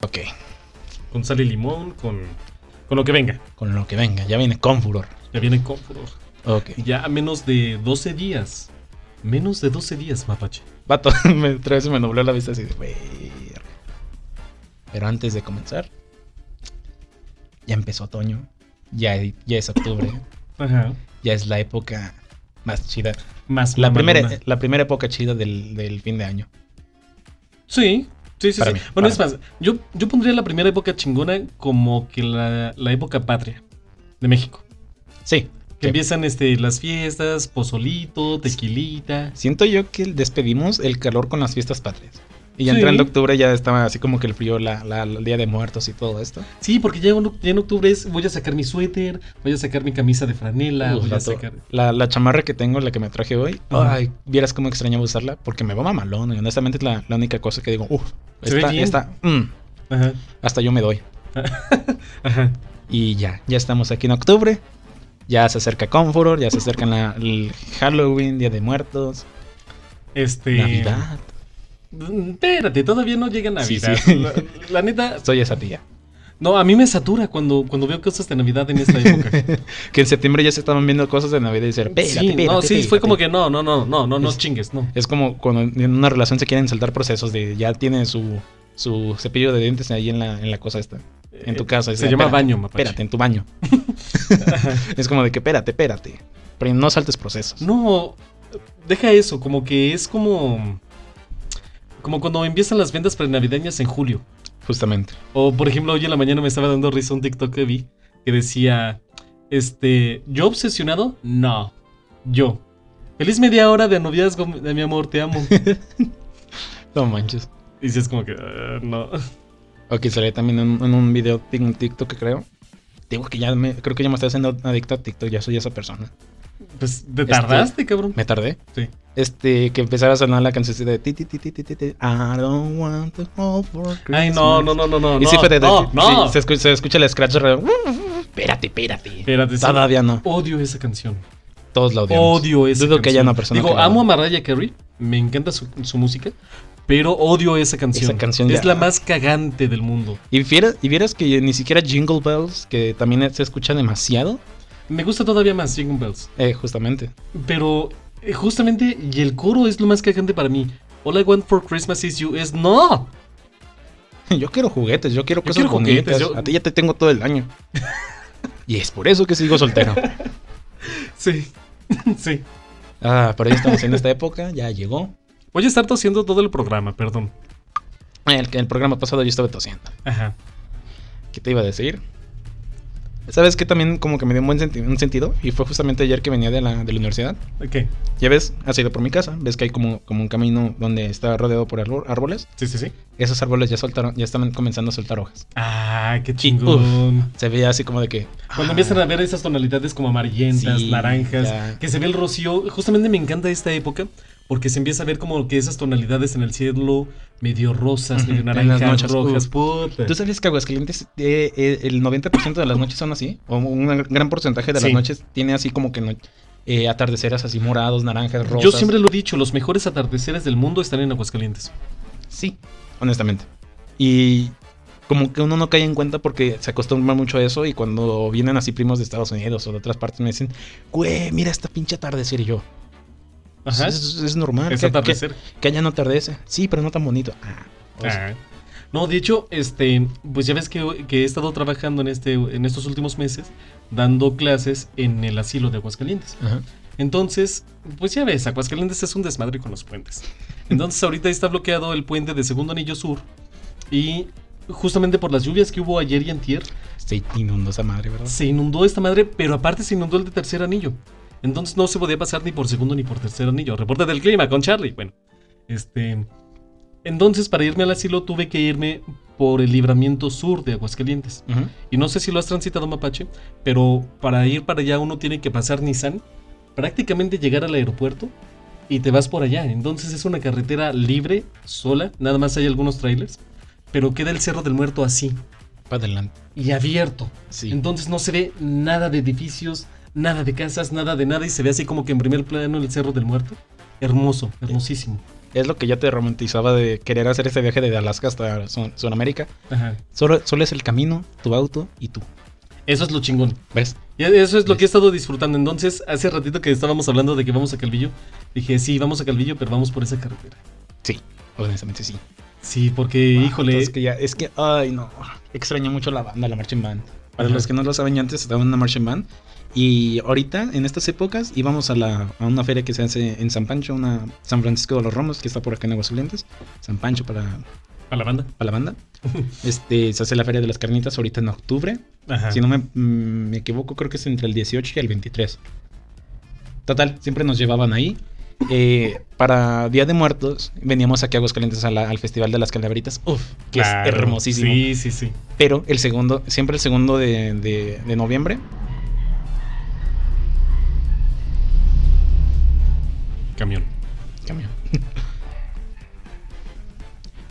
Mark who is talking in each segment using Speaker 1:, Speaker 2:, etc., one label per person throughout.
Speaker 1: Ok,
Speaker 2: Con sal y limón, con, con lo que venga.
Speaker 1: con lo que venga, ya viene con furor.
Speaker 2: Ya viene con furor.
Speaker 1: Ok.
Speaker 2: Ya a menos de 12 días. Menos de 12 días, mapache.
Speaker 1: Vato, me, otra vez se me nubló la vista así de "Verga". Pero antes de comenzar, ya empezó otoño, ya, ya es octubre,
Speaker 2: Ajá.
Speaker 1: ya es la época más chida.
Speaker 2: Más
Speaker 1: La
Speaker 2: mamalona.
Speaker 1: primera, eh. la primera época chida del, del fin de año.
Speaker 2: Sí, sí, sí.
Speaker 1: Para
Speaker 2: sí.
Speaker 1: mí, para
Speaker 2: bueno, es más, yo, yo pondría la primera época chingona como que la, la época patria de México.
Speaker 1: Sí, Sí.
Speaker 2: Que empiezan este, las fiestas, pozolito, tequilita.
Speaker 1: siento yo que despedimos el calor con las fiestas patrias. Y ya
Speaker 2: Sí.
Speaker 1: entrando octubre ya estaba así como que el frío, la, la- el día de muertos y todo esto.
Speaker 2: Sí, porque ya, en- ya en octubre es, voy a sacar mi suéter, voy a sacar mi camisa de franela,
Speaker 1: Uf,
Speaker 2: voy a
Speaker 1: vato,
Speaker 2: sacar...
Speaker 1: la, la chamarra que tengo, la que me traje hoy,
Speaker 2: Ajá.
Speaker 1: ay, vieras cómo extrañaba usarla, porque me va mamalón. Y honestamente es la, la única cosa que digo, uff,
Speaker 2: Se ve
Speaker 1: esta,
Speaker 2: bien.
Speaker 1: esta, mm,
Speaker 2: Ajá,
Speaker 1: hasta yo me doy.
Speaker 2: ajá.
Speaker 1: Y ya, ya estamos aquí en octubre. Ya se acerca Confuror, ya se acercan la- el Halloween, Día de Muertos,
Speaker 2: Este...
Speaker 1: Navidad.
Speaker 2: Mm, Espérate, todavía no llega
Speaker 1: Sí,
Speaker 2: Navidad.
Speaker 1: sí.
Speaker 2: La, la neta,
Speaker 1: Soy esa tía.
Speaker 2: no, a mí me satura cuando, cuando veo cosas de Navidad en esta época.
Speaker 1: que en septiembre ya se estaban viendo cosas de Navidad y decir, "Espérate,
Speaker 2: sí, no,
Speaker 1: espérate,
Speaker 2: sí, fue como
Speaker 1: espérate".
Speaker 2: que no, no, no, no, no, no
Speaker 1: Es-
Speaker 2: chingues, no.
Speaker 1: Es como cuando en una relación se quieren saltar procesos de ya tienen su, su cepillo de dientes ahí en la, en la cosa esta. En tu
Speaker 2: Eh,
Speaker 1: casa.
Speaker 2: Se llama
Speaker 1: baño
Speaker 2: baño, mapache.
Speaker 1: Espérate, en tu baño. es como de que espérate, espérate. Pero no saltes procesos.
Speaker 2: No, deja eso, como que es como. Como cuando empiezan las ventas prenavideñas en julio.
Speaker 1: Justamente.
Speaker 2: O, por ejemplo, hoy en la mañana me estaba dando risa un TikTok que vi que decía: Este, ¿yo obsesionado? No, yo. Feliz media hora de noviazgo, de mi amor, te amo.
Speaker 1: No manches.
Speaker 2: y si es como que, "Ah, no.
Speaker 1: Ok, salió también en, en un video, en un TikTok, creo. Digo que ya me, creo que ya me estoy haciendo adicto a TikTok, ya soy esa persona.
Speaker 2: Pues te
Speaker 1: Este-
Speaker 2: tardaste, cabrón.
Speaker 1: Me tardé.
Speaker 2: Sí.
Speaker 1: Este, que empezara a sonar la canción de ti, ti, ti, ti, ti, ti, ti, I don't want to go for Christmas.
Speaker 2: Ay, no, no, no, no, no.
Speaker 1: Y sí
Speaker 2: no,
Speaker 1: fue de-
Speaker 2: no,
Speaker 1: sí,
Speaker 2: no.
Speaker 1: se, escucha, se escucha el scratch alrededor. Espérate, espérate.
Speaker 2: Espérate, sí.
Speaker 1: Todavía no.
Speaker 2: Odio esa canción.
Speaker 1: Todos la odiamos.
Speaker 2: Odio esa
Speaker 1: Dudo
Speaker 2: canción.
Speaker 1: que haya una persona
Speaker 2: Digo,
Speaker 1: que la
Speaker 2: amo a
Speaker 1: odie.
Speaker 2: Mariah Carey. Me encanta su, su música. Pero odio esa canción.
Speaker 1: Esa canción
Speaker 2: es
Speaker 1: ya-
Speaker 2: la más cagante del mundo.
Speaker 1: Y vieras, y vieras que ni siquiera Jingle Bells, que también se escucha demasiado,
Speaker 2: Me gusta todavía más Jingle Bells.
Speaker 1: eh, justamente.
Speaker 2: Pero eh, justamente, y el coro es lo más cagante para mí. All I want for Christmas is you es no.
Speaker 1: Yo quiero juguetes, yo quiero
Speaker 2: Yo
Speaker 1: cosas
Speaker 2: quiero juguetes,
Speaker 1: bonitas.
Speaker 2: yo-
Speaker 1: A ti ya te tengo todo el año. y es por eso que sigo soltero.
Speaker 2: Sí. sí.
Speaker 1: Ah, pero ya estamos en esta época, ya llegó.
Speaker 2: Voy a estar tosiendo todo el programa, perdón.
Speaker 1: El, el programa pasado yo estaba tosiendo.
Speaker 2: Ajá.
Speaker 1: ¿Qué te iba a decir? ¿Sabes qué también como que me dio un buen senti- un sentido? Y fue justamente ayer que venía de la, de la universidad.
Speaker 2: Ok.
Speaker 1: Ya ves, has ido por mi casa, ves que hay como, como un camino donde está rodeado por arbol- árboles.
Speaker 2: Sí, sí, sí.
Speaker 1: Esos árboles ya soltaron, ya están comenzando a soltar hojas.
Speaker 2: Ah, qué chingón.
Speaker 1: Se veía así como de que. ah,
Speaker 2: Cuando empiezan a ver esas tonalidades como amarillentas,
Speaker 1: Sí,
Speaker 2: naranjas,
Speaker 1: ya.
Speaker 2: que se ve el rocío, justamente me encanta esta época porque se empieza a ver como que esas tonalidades en el cielo medio rosas,
Speaker 1: Ujú,
Speaker 2: medio
Speaker 1: en las
Speaker 2: naranjas,
Speaker 1: noches,
Speaker 2: rojas,
Speaker 1: uf.
Speaker 2: puta.
Speaker 1: ¿Tú sabías que Aguascalientes eh, eh, el 90% de las noches son así? O un gran porcentaje de las
Speaker 2: Sí.
Speaker 1: noches tiene así como que no- eh, atardeceras así morados, naranjas, rosas.
Speaker 2: Yo siempre lo he dicho, los mejores atardeceres del mundo están en Aguascalientes.
Speaker 1: Sí, honestamente. Y como que uno no cae en cuenta porque se acostumbra mucho a eso y cuando vienen así primos de Estados Unidos o de otras partes me dicen, güey, mira esta pinche atardecer y yo.
Speaker 2: Ajá.
Speaker 1: Es, es- es normal.
Speaker 2: Es
Speaker 1: que, que-
Speaker 2: atardecer.
Speaker 1: que allá no atardece. Sí, pero no tan bonito. Ah, o sea,
Speaker 2: Ah. No, de hecho, este, pues ya ves que, que he estado trabajando en este, en estos últimos meses, dando clases en el asilo de Aguascalientes.
Speaker 1: ajá.
Speaker 2: Entonces, pues ya ves, Aguascalientes es un desmadre con los puentes. Entonces ahorita está bloqueado el puente de Segundo Anillo Sur y justamente por las lluvias que hubo ayer y antier,
Speaker 1: Se inundó esa madre, ¿verdad?
Speaker 2: se inundó esta madre, pero aparte se inundó el de Tercer Anillo. Entonces no se podía pasar ni por Segundo ni por Tercer Anillo. Reporte del clima con Charlie. Bueno, este... Entonces para irme al asilo tuve que irme por el libramiento sur de Aguascalientes.
Speaker 1: Ujú.
Speaker 2: Y no sé si lo has transitado Mapache, pero para ir para allá uno tiene que pasar Nissan, prácticamente llegar al aeropuerto y te vas por allá. Entonces es una carretera libre, sola, nada más hay algunos trailers, pero queda el Cerro del Muerto así
Speaker 1: Para adelante.
Speaker 2: y abierto.
Speaker 1: Sí.
Speaker 2: Entonces no se ve nada de edificios, nada de casas, nada de nada y se ve así como que en primer plano el Cerro del Muerto. Hermoso, hermosísimo.
Speaker 1: Es lo que ya te romantizaba de querer hacer ese viaje desde Alaska hasta Sud- Sudamérica.
Speaker 2: Ajá.
Speaker 1: Solo, solo es el camino, tu auto y tú.
Speaker 2: Eso es lo chingón.
Speaker 1: ¿Ves?
Speaker 2: Y eso es lo que he estado disfrutando. Entonces, hace ratito que estábamos hablando de que vamos a Calvillo, dije, sí, vamos a Calvillo, pero vamos por esa carretera.
Speaker 1: Sí, honestamente sí.
Speaker 2: Sí, porque,
Speaker 1: Ah,
Speaker 2: híjole,
Speaker 1: entonces que ya- es que, ay, no. Extraño mucho la banda, la Marching Band. Para
Speaker 2: Ajá.
Speaker 1: los que no lo saben, yo antes estaba en una Marching Band. Y ahorita, en estas épocas, íbamos a, la, a una feria que se hace en San Pancho, una San Francisco de los Romos, que está por acá en Aguascalientes. San Pancho para, para
Speaker 2: a la banda.
Speaker 1: la banda. Este, se hace la Feria de las Carnitas ahorita en octubre.
Speaker 2: Ajá.
Speaker 1: Si no me, mm, me equivoco, creo que es entre el 18 y el 23. Total, siempre nos llevaban ahí. Eh, para Día de Muertos, veníamos aquí a Aguascalientes a la- al Festival de las Calaveritas. Uf, que es
Speaker 2: Claro,
Speaker 1: hermosísimo.
Speaker 2: Sí, sí, sí.
Speaker 1: Pero el segundo, siempre el segundo de, de- de noviembre.
Speaker 2: Camión.
Speaker 1: Camión.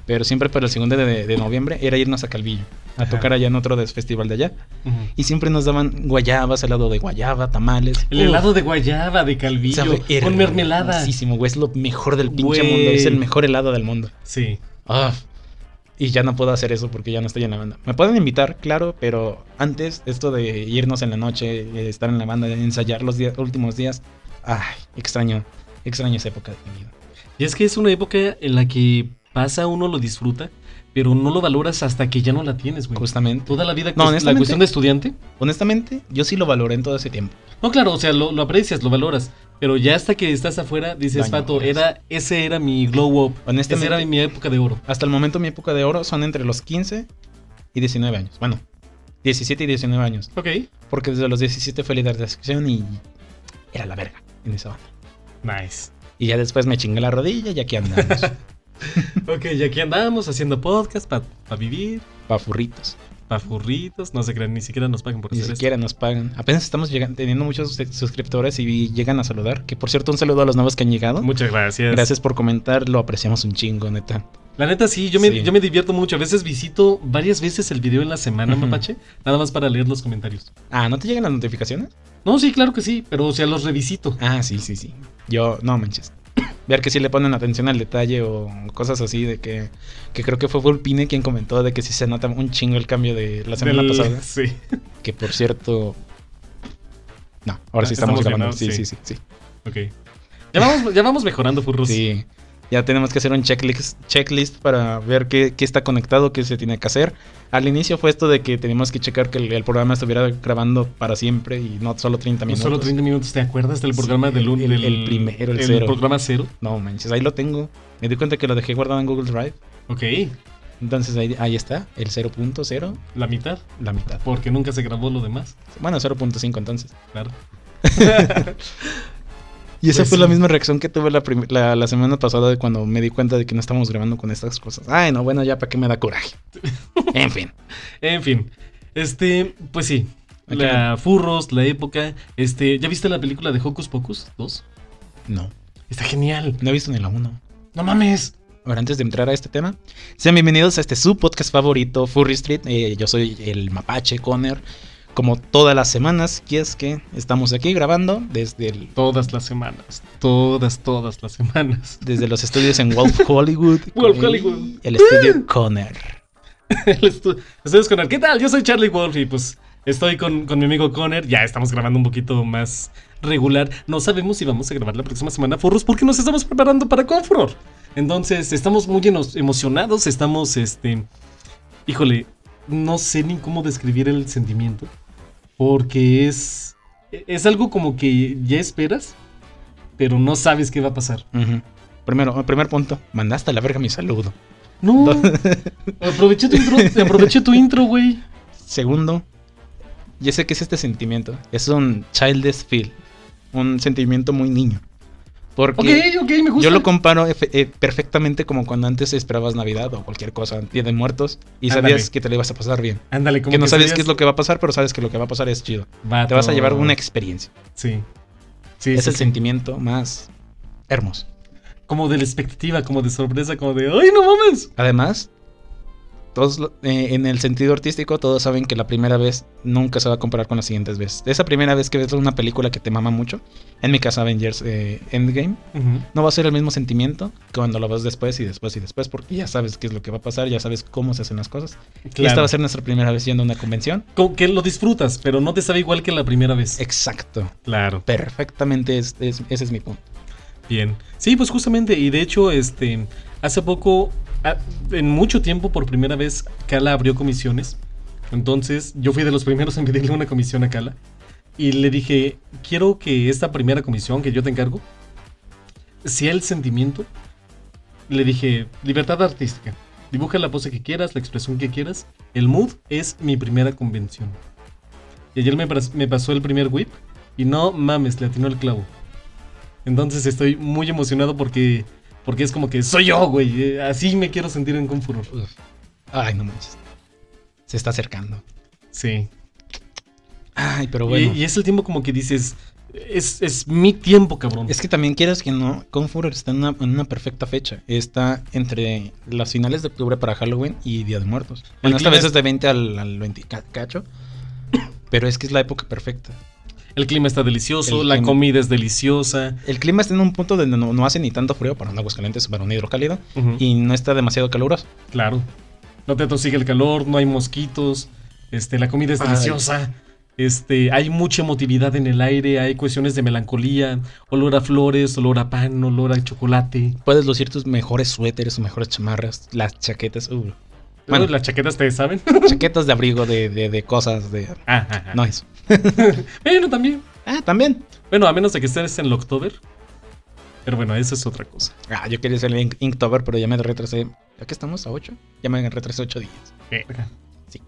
Speaker 1: Pero siempre para el segundo de, de noviembre era irnos a Calvillo, a
Speaker 2: Ajá.
Speaker 1: tocar allá en otro des- festival de allá.
Speaker 2: Ujú.
Speaker 1: Y siempre nos daban guayabas, helado de guayaba, tamales.
Speaker 2: El
Speaker 1: Uf.
Speaker 2: helado de guayaba, de
Speaker 1: Sabe
Speaker 2: calvillo, con
Speaker 1: hermosísimo,
Speaker 2: mermelada.
Speaker 1: güey. Es lo mejor del pinche
Speaker 2: Güey.
Speaker 1: mundo. Es el mejor helado del mundo.
Speaker 2: Sí.
Speaker 1: Ah, Y ya no puedo hacer eso porque ya no estoy en la banda. Me pueden invitar, claro, pero antes, esto de irnos en la noche, eh, estar en la banda, ensayar los días, últimos días. Ay, extraño. Extraño esa época de mi vida.
Speaker 2: Y es que es una época en la que pasa, uno lo disfruta, pero no lo valoras hasta que ya no la tienes, güey.
Speaker 1: Justamente.
Speaker 2: Toda la vida,
Speaker 1: Pues, No,
Speaker 2: no, la
Speaker 1: honestamente-
Speaker 2: cuestión de estudiante.
Speaker 1: Honestamente, yo sí lo valoré en todo ese tiempo.
Speaker 2: No, claro, o sea, lo, lo aprecias, lo valoras. Pero ya hasta que estás afuera, dices,
Speaker 1: Lo
Speaker 2: Fato,
Speaker 1: añoras.
Speaker 2: era, ese era mi glow up. Esa
Speaker 1: Honestamente,
Speaker 2: era mi época de oro.
Speaker 1: hasta el momento mi época de oro son entre los 15 y 19 años. Bueno, 17 y 19 años.
Speaker 2: Ok.
Speaker 1: Porque desde los 17 fue líder de sección y era la verga en esa banda.
Speaker 2: Nice.
Speaker 1: Y ya después me chingué la rodilla y aquí andamos.
Speaker 2: Ok, y aquí andamos haciendo podcast para vivir,
Speaker 1: Pafurritos.
Speaker 2: para furritos. No se crean, ni siquiera nos pagan por
Speaker 1: Ni
Speaker 2: hacer
Speaker 1: siquiera nos pagan. Apenas estamos llegan- teniendo muchos se- suscriptores y llegan a saludar. Que por cierto, un saludo a los nuevos que han llegado.
Speaker 2: esto. Muchas gracias.
Speaker 1: Gracias por comentar, lo apreciamos un chingo, neta.
Speaker 2: La neta sí, yo me,
Speaker 1: Sí.
Speaker 2: yo me divierto mucho. A veces visito varias veces el video en la semana,
Speaker 1: Ujú.
Speaker 2: mapache, nada más para leer los comentarios.
Speaker 1: Ah, ¿no te llegan las notificaciones?
Speaker 2: No, sí, claro que sí, pero o sea, los revisito.
Speaker 1: Ah, sí, sí, sí. Yo, no manches. Ver que sí le ponen atención al detalle o cosas así de que, que creo que fue Volpine quien comentó de que sí se nota un chingo el cambio de la semana
Speaker 2: Del-
Speaker 1: pasada.
Speaker 2: Sí.
Speaker 1: Que por cierto. No, ahora sí estamos,
Speaker 2: Ah, Estamos
Speaker 1: grabando.
Speaker 2: grabando,
Speaker 1: sí, sí,
Speaker 2: sí.
Speaker 1: sí, sí,
Speaker 2: Ok. Ya vamos, ya vamos mejorando, furros.
Speaker 1: Sí. Ya tenemos que hacer un checklist, checklist para ver qué, qué está conectado, qué se tiene que hacer. Al inicio fue esto de que teníamos que checar que el, el programa estuviera grabando para siempre y no solo 30
Speaker 2: No
Speaker 1: minutos.
Speaker 2: solo 30 minutos, ¿te acuerdas del
Speaker 1: Sí,
Speaker 2: programa del un-
Speaker 1: el-
Speaker 2: del-
Speaker 1: el primero, el cero.
Speaker 2: programa cero.
Speaker 1: No manches, ahí lo tengo. Me di cuenta que lo dejé guardado en Google Drive.
Speaker 2: Ok,
Speaker 1: Entonces ahí, ahí está, el 0.0,
Speaker 2: la mitad,
Speaker 1: la mitad.
Speaker 2: porque nunca se grabó lo demás,
Speaker 1: Bueno, 0.5 entonces.
Speaker 2: claro.
Speaker 1: Y esa
Speaker 2: Pues
Speaker 1: fue
Speaker 2: sí.
Speaker 1: la misma reacción que tuve la, prim- la, la semana pasada de cuando me di cuenta de que no estábamos grabando con estas cosas. Ay, no, bueno, ya para qué me da coraje. En fin.
Speaker 2: En fin, este, pues sí.
Speaker 1: Aquí
Speaker 2: La furros, la época. Este, ¿ya viste la película de Hocus Pocus 2?
Speaker 1: No,
Speaker 2: Está genial.
Speaker 1: no he visto ni la 1.
Speaker 2: No mames.
Speaker 1: Ahora, antes de entrar a este tema, sean bienvenidos a este su podcast favorito, Furry Street. Eh, yo soy el mapache Conner, como todas las semanas, y es que estamos aquí grabando desde, el-
Speaker 2: Todas las semanas. Todas, todas las semanas.
Speaker 1: desde los estudios en Wolf Hollywood.
Speaker 2: Wolf
Speaker 1: con-
Speaker 2: Hollywood.
Speaker 1: El estudio Conner.
Speaker 2: El estu- Ustedes con el- ¿Qué tal? Yo soy Charlie Wolf y pues estoy con, con mi amigo Connor. Ya estamos grabando un poquito más regular. No sabemos si vamos a grabar la próxima semana, Furros, porque nos estamos preparando para Confuror. Entonces, estamos muy eno- emocionados. Estamos, este. Híjole, no sé ni cómo describir el sentimiento. Porque es. Es algo como que ya esperas, pero no sabes qué va a pasar.
Speaker 1: Ujú. Primero, primer punto, mandaste a la verga mi saludo.
Speaker 2: No. aproveché tu intro, aproveché tu intro, güey.
Speaker 1: Segundo, ya sé qué es este sentimiento. Es un childish feel. Un sentimiento muy niño. Porque
Speaker 2: Ok, ok, me gusta.
Speaker 1: yo lo comparo efe- eh, perfectamente como cuando antes esperabas Navidad o cualquier cosa, Día de Muertos, y
Speaker 2: Ándale.
Speaker 1: sabías que te lo ibas a pasar bien.
Speaker 2: Ándale, como
Speaker 1: Que no sabes qué es lo que va a pasar, pero sabes que lo que va a pasar es chido. Te vas a llevar una experiencia.
Speaker 2: Sí. Ah. Sí,
Speaker 1: es
Speaker 2: sí,
Speaker 1: el
Speaker 2: sí.
Speaker 1: sentimiento más hermoso.
Speaker 2: Como de la expectativa, como de sorpresa, como de. ¡Ay, no mames!
Speaker 1: Además, todos lo- eh, en el sentido artístico, todos saben que la primera vez nunca se va a comparar con las siguientes veces. Esa primera vez que ves una película que te mama mucho, en mi caso Avengers eh, Endgame,
Speaker 2: Ujú.
Speaker 1: no va a ser el mismo sentimiento que cuando lo ves después y después y después, porque ya sabes qué es lo que va a pasar, ya sabes cómo se hacen las cosas. Y esta va a
Speaker 2: Claro.
Speaker 1: ser nuestra primera vez yendo a una convención.
Speaker 2: Como que lo disfrutas, pero no te sabe igual que la primera vez.
Speaker 1: Exacto,
Speaker 2: Claro.
Speaker 1: perfectamente, es- es- ese es mi punto.
Speaker 2: Bien. Sí, pues justamente, y de hecho, este, hace poco, a- en mucho tiempo, por primera vez, Kala abrió comisiones. Entonces, yo fui de los primeros en pedirle una comisión a Kala. Y le dije, quiero que esta primera comisión que yo te encargo, sea el sentimiento. Le dije, libertad artística. Dibuja la pose que quieras, la expresión que quieras. El mood es mi primera convención. Y ayer me, pas- me pasó el primer whip. Y no mames, le atinó el clavo. Entonces estoy muy emocionado porque, porque es como que soy yo, güey. eh, Así me quiero sentir en Confuror.
Speaker 1: Uf. Ay, no manches. Se está acercando.
Speaker 2: Sí.
Speaker 1: Ay, pero
Speaker 2: Y-
Speaker 1: bueno.
Speaker 2: Y, es el tiempo como que dices, es, es mi tiempo, cabrón.
Speaker 1: Es que también quieras que no, Confuror está en una, en una perfecta fecha. Está entre las finales de octubre para Halloween y Día de Muertos. Bueno, esta
Speaker 2: clima
Speaker 1: vez
Speaker 2: es-
Speaker 1: es de 20 al, al 20 ca- cacho. Pero es que es la época perfecta.
Speaker 2: El clima está delicioso,
Speaker 1: El
Speaker 2: la
Speaker 1: clima.
Speaker 2: comida es deliciosa.
Speaker 1: El clima está en un punto donde no, no hace ni tanto frío para un Aguascalientes, para un hidrocálido.
Speaker 2: Ujú,
Speaker 1: Y no está demasiado caluroso.
Speaker 2: Claro. No te atosiga el calor, no hay mosquitos. Este, la comida es
Speaker 1: Ay.
Speaker 2: deliciosa. Este, hay mucha emotividad en el aire, hay cuestiones de melancolía, olor a flores, olor a pan, olor a chocolate.
Speaker 1: Puedes lucir tus mejores suéteres, tus mejores chamarras, las chaquetas. uh, Bueno.
Speaker 2: Bueno, las chaquetas te saben.
Speaker 1: chaquetas de abrigo, de, de- de cosas, de...
Speaker 2: Ah, ah, ah.
Speaker 1: No eso.
Speaker 2: Bueno, también.
Speaker 1: Ah, también.
Speaker 2: Bueno, a menos de que estés en Locktober. Pero bueno, eso es otra cosa.
Speaker 1: Ah, yo quería ser el Ink- Inktober, pero ya me retrasé. ¿Ya que estamos? ¿A 8? Ya me retrasé 8 días. Sí.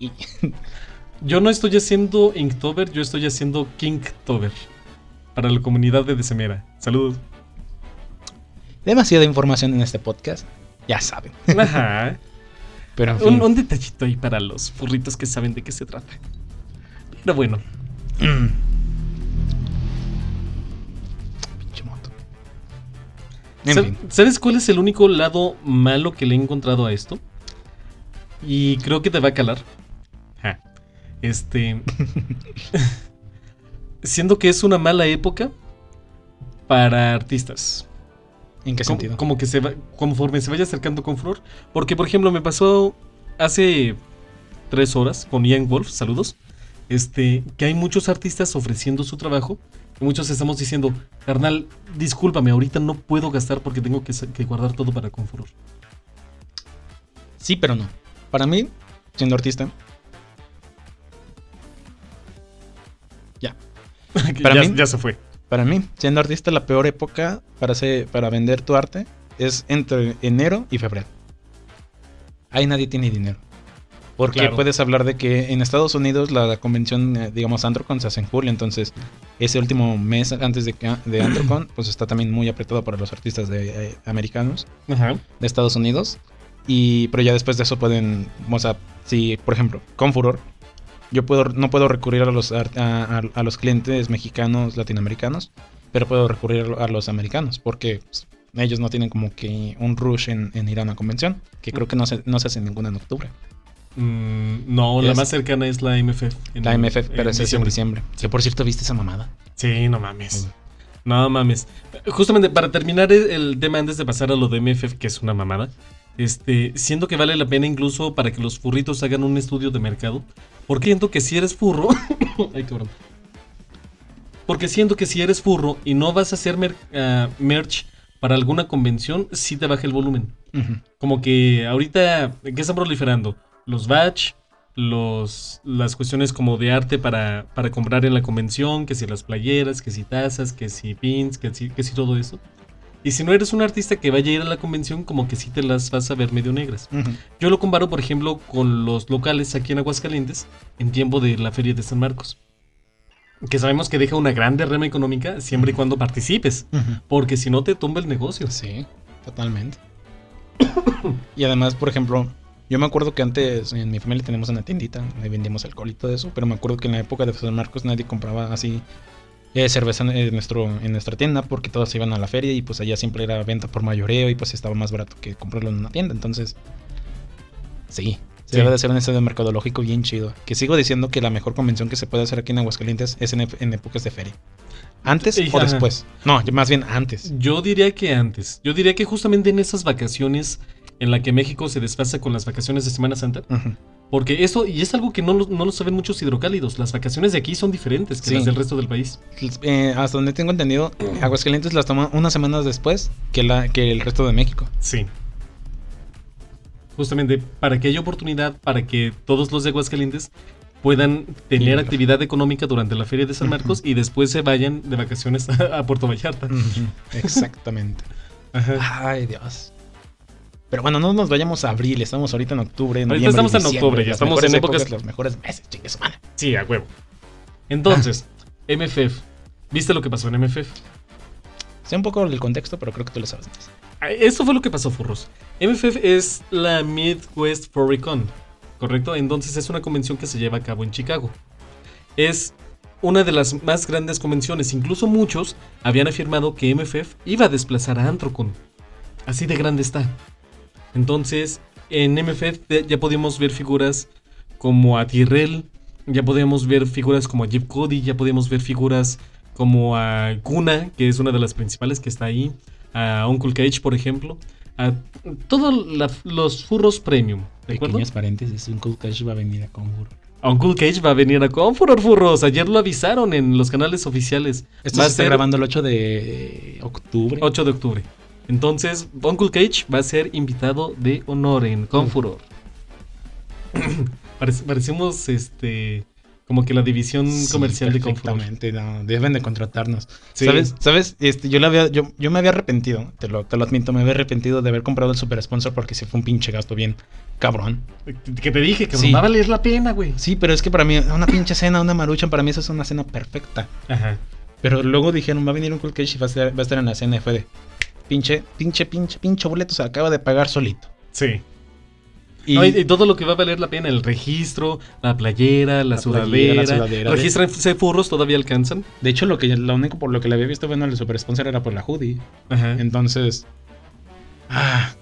Speaker 2: Yo no estoy haciendo Inktober, yo estoy haciendo Kinktober. Para la comunidad de Decemera. Saludos.
Speaker 1: Demasiada información en este podcast. Ya saben.
Speaker 2: Ajá.
Speaker 1: Pero en fin.
Speaker 2: un, un detallito ahí para los furritos que saben de qué se trata. Pero bueno,
Speaker 1: Pinche moto. En
Speaker 2: ¿sab-
Speaker 1: fin.
Speaker 2: ¿sabes cuál es el único lado malo que le he encontrado a esto? Y creo que te va a calar. Ja. Este. siendo que es una mala época para artistas.
Speaker 1: ¿En qué
Speaker 2: Com-
Speaker 1: sentido?
Speaker 2: Como que se va, conforme se vaya acercando con Flor. Porque, por ejemplo, me pasó hace tres horas con Ian Wolf, saludos. Este, que hay muchos artistas ofreciendo su trabajo. Y muchos estamos diciendo, carnal, discúlpame, ahorita no puedo gastar porque tengo que, sa- que guardar todo para Confuror.
Speaker 1: Sí, pero no. Para mí, siendo artista, Para mí-
Speaker 2: se fue.
Speaker 1: para mí, siendo artista, la peor época para, hacer- para vender tu arte es entre enero y febrero. Ahí nadie tiene dinero. Porque
Speaker 2: Claro.
Speaker 1: puedes hablar de que en Estados Unidos la convención, eh, digamos, AndroCon se hace en julio. Entonces, ese último mes antes de, que- de AndroCon, pues está también muy apretado para los artistas de, eh, americanos
Speaker 2: Ajá.
Speaker 1: de Estados Unidos. Y, pero ya después de eso pueden, o sea, si, por ejemplo, con Furor, yo puedo, no puedo recurrir a los, ar- a, a- a los clientes mexicanos, latinoamericanos, pero puedo recurrir a lo- a los americanos, porque pues, ellos no tienen como que un rush en, en ir a una convención, que creo que no se, no se hace ninguna en octubre.
Speaker 2: Mm, no, la
Speaker 1: Es-
Speaker 2: más cercana es la MFF. en-
Speaker 1: La MFF, pero esa es en
Speaker 2: diciembre.
Speaker 1: diciembre. Que por cierto, ¿viste esa mamada?
Speaker 2: Sí, no mames. No mames. Justamente para terminar el- el tema antes de pasar a lo de MFF, que es una mamada, este, siento que vale la pena incluso para que los furritos hagan un estudio de mercado. Porque siento que si eres furro. Ay, cabrón. Porque siento que si eres furro y no vas a hacer mer- ah, merch para alguna convención, sí te baja el volumen.
Speaker 1: Ujú.
Speaker 2: Como que ahorita, ¿qué están proliferando? Los batch, los, las cuestiones como de arte para, para comprar en la convención, que si las playeras, que si tazas, que si pins, que si, que si todo eso. Y si no eres un artista que vaya a ir a la convención, como que sí te las vas a ver medio negras.
Speaker 1: Ujú.
Speaker 2: Yo lo comparo, por ejemplo, con los locales aquí en Aguascalientes en tiempo de la Feria de San Marcos. Que sabemos que deja una gran derrama económica siempre y cuando participes.
Speaker 1: Ujú.
Speaker 2: Porque si no te tumba el negocio.
Speaker 1: Sí, totalmente. y además, por ejemplo, yo me acuerdo que antes en mi familia teníamos una tiendita, le vendíamos alcohol y todo eso, pero me acuerdo que en la época de San Marcos nadie compraba así eh, cerveza en, en nuestro, en nuestra tienda porque todos iban a la feria y pues allá siempre era venta por mayoreo y pues estaba más barato que comprarlo en una tienda. Entonces, sí, Se debe de hacer un estudio mercadológico bien chido. Que sigo diciendo que la mejor convención que se puede hacer aquí en Aguascalientes es en, ep- en épocas de feria. ¿Antes
Speaker 2: Ey,
Speaker 1: o
Speaker 2: ajá.
Speaker 1: después? No, yo- más bien antes.
Speaker 2: Yo diría que antes. Yo diría que justamente en esas vacaciones en la que México se desplaza con las vacaciones de Semana Santa.
Speaker 1: Ujú.
Speaker 2: Porque eso, y es algo que no lo, no lo saben muchos hidrocálidos. Las vacaciones de aquí son diferentes que
Speaker 1: Sí.
Speaker 2: las del resto del país.
Speaker 1: Eh, hasta donde tengo entendido, Aguascalientes las toma unas semanas después que, la, que el resto de México.
Speaker 2: Sí. Justamente para que haya oportunidad, para que todos los de Aguascalientes puedan tener
Speaker 1: Claro.
Speaker 2: actividad económica durante la Feria de San Marcos y después se vayan de vacaciones a, a Puerto Vallarta.
Speaker 1: Ujú, Exactamente.
Speaker 2: Ajá.
Speaker 1: Ay, Dios. Pero bueno, no nos vayamos a abril, estamos ahorita en octubre.
Speaker 2: Ahorita
Speaker 1: noviembre,
Speaker 2: estamos en
Speaker 1: diciembre,
Speaker 2: octubre, ya
Speaker 1: las
Speaker 2: estamos
Speaker 1: mejores
Speaker 2: en épocas-
Speaker 1: los mejores meses, chingue su madre.
Speaker 2: Sí, a huevo. Entonces, MFF. ¿Viste lo que pasó en MFF?
Speaker 1: Sé un poco del contexto, pero creo que tú lo sabes. más.
Speaker 2: Esto fue lo que pasó, Furros. MFF es la Midwest Foricon, ¿correcto? Entonces es una convención que se lleva a cabo en Chicago. Es una de las más grandes convenciones. Incluso muchos habían afirmado que MFF iba a desplazar a Antrocon. Así de grande está. Entonces, en MFF te- ya podíamos ver figuras como a Tyrell, ya podíamos ver figuras como a Jeff Cody, ya podíamos ver figuras como a Kuna, que es una de las principales que está ahí, a Uncle Cage, por ejemplo, a todos la- los furros premium, ¿de acuerdo?
Speaker 1: Pequeños paréntesis, un Cool Cash va a venir a Conjuro.
Speaker 2: Uncle Cage va a venir a Confuror Furros, ayer lo avisaron en los canales oficiales.
Speaker 1: Esto
Speaker 2: Va
Speaker 1: se
Speaker 2: a
Speaker 1: está
Speaker 2: ser-
Speaker 1: grabando el 8 de octubre.
Speaker 2: 8 de octubre. Entonces, Uncle Cage va a ser invitado de honor en
Speaker 1: Mm.
Speaker 2: Confuror. Parec- parecemos este como que la división
Speaker 1: Sí,
Speaker 2: comercial de Confuror.
Speaker 1: perfectamente, no, deben de contratarnos.
Speaker 2: Sí.
Speaker 1: ¿Sabes? ¿Sabes? Este, yo, le había, yo, yo me había arrepentido, te lo, te lo admito, me había arrepentido de haber comprado el super sponsor porque se fue un pinche gasto bien cabrón.
Speaker 2: Que te dije que
Speaker 1: Sí.
Speaker 2: va a valer la pena, güey.
Speaker 1: Sí, pero es que para mí, una pinche cena, una marucha, para mí eso es una cena perfecta.
Speaker 2: Ajá.
Speaker 1: Pero luego dijeron, va a venir un Cool Cage y va a estar, va a estar en la cena y fue de pinche, pinche, pinche, pinche boleto se acaba de pagar solito.
Speaker 2: Sí.
Speaker 1: Y,
Speaker 2: No, Y, y todo lo que va a valer la pena, el registro, la playera, la,
Speaker 1: La
Speaker 2: sudadera.
Speaker 1: playera, la sudadera.
Speaker 2: Regístrense furros, todavía alcanzan.
Speaker 1: de hecho, lo que lo único por lo que le había visto bueno el super sponsor era por la hoodie.
Speaker 2: Ajá.
Speaker 1: Entonces, ah,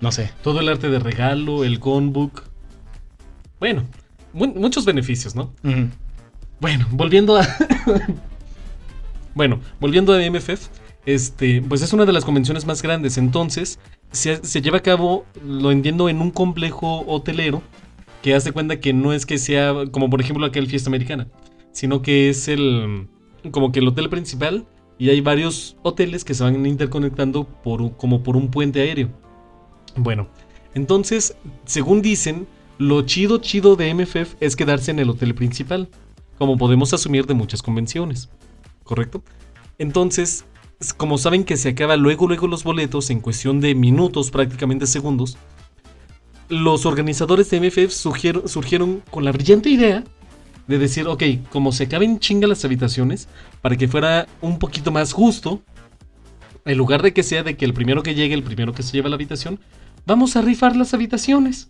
Speaker 1: no sé.
Speaker 2: Todo el arte de regalo, el conbook. Bueno, mu- muchos beneficios, ¿no?
Speaker 1: Ujú.
Speaker 2: Bueno, volviendo a. bueno, volviendo a MFF. Este, pues es una de las convenciones más grandes. Entonces, se, se lleva a cabo, lo entiendo, en un complejo hotelero. Que hace cuenta que no es que sea como, por ejemplo, aquel Fiesta Americana. Sino que es el. Como que el hotel principal. Y hay varios hoteles que se van interconectando por, un- como por un puente aéreo. Bueno, entonces, según dicen, lo chido, chido de MFF es quedarse en el hotel principal como podemos asumir de muchas convenciones, ¿correcto? Entonces, s- como saben que se acaba luego, luego los boletos en cuestión de minutos, prácticamente segundos, los organizadores de MFF sugier- surgieron con la brillante idea de decir, ok, como se acaben chinga las habitaciones, para que fuera un poquito más justo, en lugar de que sea de que el primero que llegue, el primero que se lleva la habitación, vamos a rifar las habitaciones.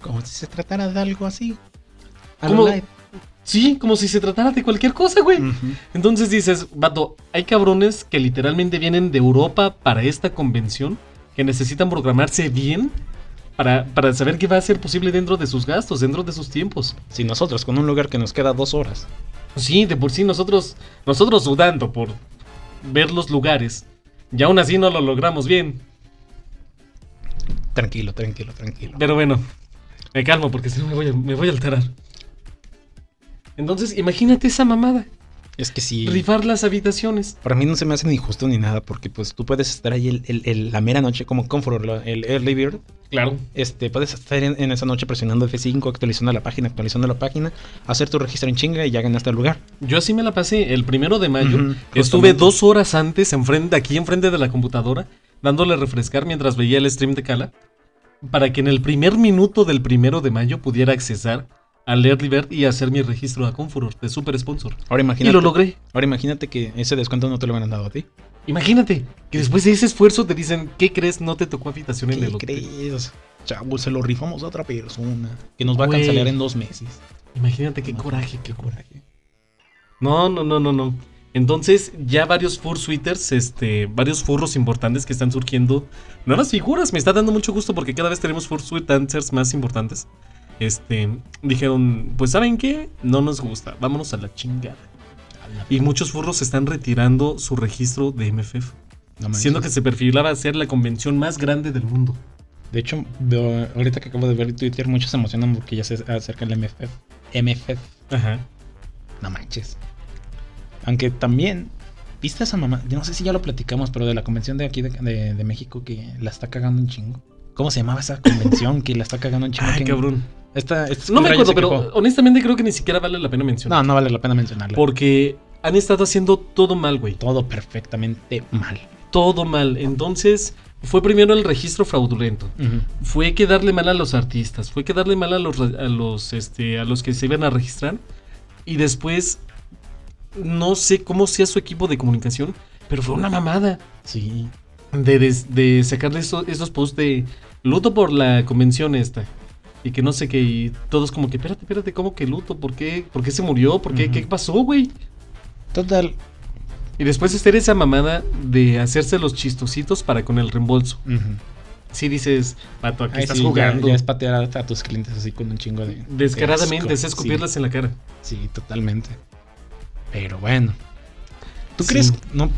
Speaker 1: Como si se tratara de algo así. A
Speaker 2: ¿Cómo?
Speaker 1: lo light.
Speaker 2: Sí, como si se tratara de cualquier cosa, güey. Entonces dices, vato, hay cabrones que literalmente vienen de Europa para esta convención, que necesitan programarse bien para, para saber qué va a ser posible dentro de sus gastos, dentro de sus tiempos.
Speaker 1: Si nosotros, con un lugar que nos queda dos horas.
Speaker 2: Sí, de por sí nosotros, nosotros sudando por ver los lugares, y aún así no lo logramos bien.
Speaker 1: Tranquilo, tranquilo, tranquilo.
Speaker 2: Pero bueno, me calmo porque si no me voy a, me voy a alterar. Entonces, imagínate esa mamada,
Speaker 1: Es que sí.
Speaker 2: rifar las habitaciones.
Speaker 1: Para mí no se me hace ni justo ni nada, porque pues tú puedes estar ahí el- el- el- la mera noche como Comfort, lo- el Early Bird.
Speaker 2: Claro.
Speaker 1: Este, puedes estar en, en esa noche presionando F5, actualizando la página, actualizando la página, hacer tu registro en chinga y ya ganaste el lugar.
Speaker 2: Yo así me la pasé el primero de mayo.
Speaker 1: Ujú,
Speaker 2: Estuve
Speaker 1: justamente.
Speaker 2: dos horas antes enfrente, aquí enfrente de la computadora, dándole a refrescar mientras veía el stream de Kala, para que en el primer minuto del primero de mayo pudiera accesar al Early Bird y hacer mi registro a Confuror de Super Sponsor.
Speaker 1: Ahora
Speaker 2: Y
Speaker 1: imagínate,
Speaker 2: lo logré.
Speaker 1: ahora imagínate que ese descuento no te lo hubieran dado a ti.
Speaker 2: Imagínate que después de ese esfuerzo te dicen, ¿qué crees? No te tocó habitación en el
Speaker 1: ¿Qué
Speaker 2: hotel.
Speaker 1: crees? Chavo, se lo rifamos a otra persona que nos va a
Speaker 2: Güey.
Speaker 1: cancelar en dos meses.
Speaker 2: Imagínate qué
Speaker 1: No,
Speaker 2: coraje, qué coraje.
Speaker 1: coraje.
Speaker 2: No, no, no, no, no. Entonces, ya varios fursuiters, este, varios furros importantes que están surgiendo. Nuevas figuras, me está dando mucho gusto porque cada vez tenemos fursuiters más importantes. este, dijeron, pues ¿saben qué? No nos gusta, vámonos a la chingada. Y muchos furros están retirando su registro de MFF,
Speaker 1: No manches.
Speaker 2: siendo que se perfilaba a ser la convención más grande del mundo.
Speaker 1: De hecho, veo- ahorita que acabo de ver Twitter, muchos se emocionan porque ya se acerca el MFF. MFF,
Speaker 2: Ajá.
Speaker 1: no manches. Aunque también, ¿viste esa mamá? Yo no sé si ya lo platicamos, pero de la convención de aquí de, de- de México que la está cagando un chingo. ¿Cómo se llamaba esa convención que la está cagando un chingo?
Speaker 2: Ay,
Speaker 1: Que-
Speaker 2: cabrón.
Speaker 1: Esta, esta
Speaker 2: No me
Speaker 1: Raya se
Speaker 2: acuerdo, pero
Speaker 1: quejó.
Speaker 2: honestamente creo que ni siquiera vale la pena mencionar.
Speaker 1: No, no vale la pena mencionarla.
Speaker 2: Porque han estado haciendo todo mal, güey.
Speaker 1: Todo perfectamente mal.
Speaker 2: Todo mal. Entonces, fue primero el registro fraudulento. Fue que darle mal a los artistas, fue que darle mal a los, re- a los, este, a los que se iban a registrar. Y después, no sé cómo sea su equipo de comunicación, pero fue una mamada
Speaker 1: Sí.
Speaker 2: de, des- de sacarle eso- esos posts de luto por la convención esta. Y que no sé qué, y todos como que, espérate, espérate, ¿cómo que luto? ¿Por qué, ¿Por qué se murió? ¿Por qué?
Speaker 1: Ujú.
Speaker 2: ¿Qué pasó, güey?
Speaker 1: Total.
Speaker 2: Y después estar esa mamada de hacerse los chistositos para con el reembolso.
Speaker 1: ujú.
Speaker 2: Si dices, pato, aquí
Speaker 1: Ay,
Speaker 2: estás
Speaker 1: sí, ya-
Speaker 2: jugando.
Speaker 1: Ya, es patear a, a tus clientes así con un chingo de.
Speaker 2: Descaradamente,
Speaker 1: de
Speaker 2: es
Speaker 1: asco.
Speaker 2: escupirlas en la cara.
Speaker 1: Sí, sí, totalmente. Pero bueno. ¿Tú
Speaker 2: Sí.
Speaker 1: crees. No.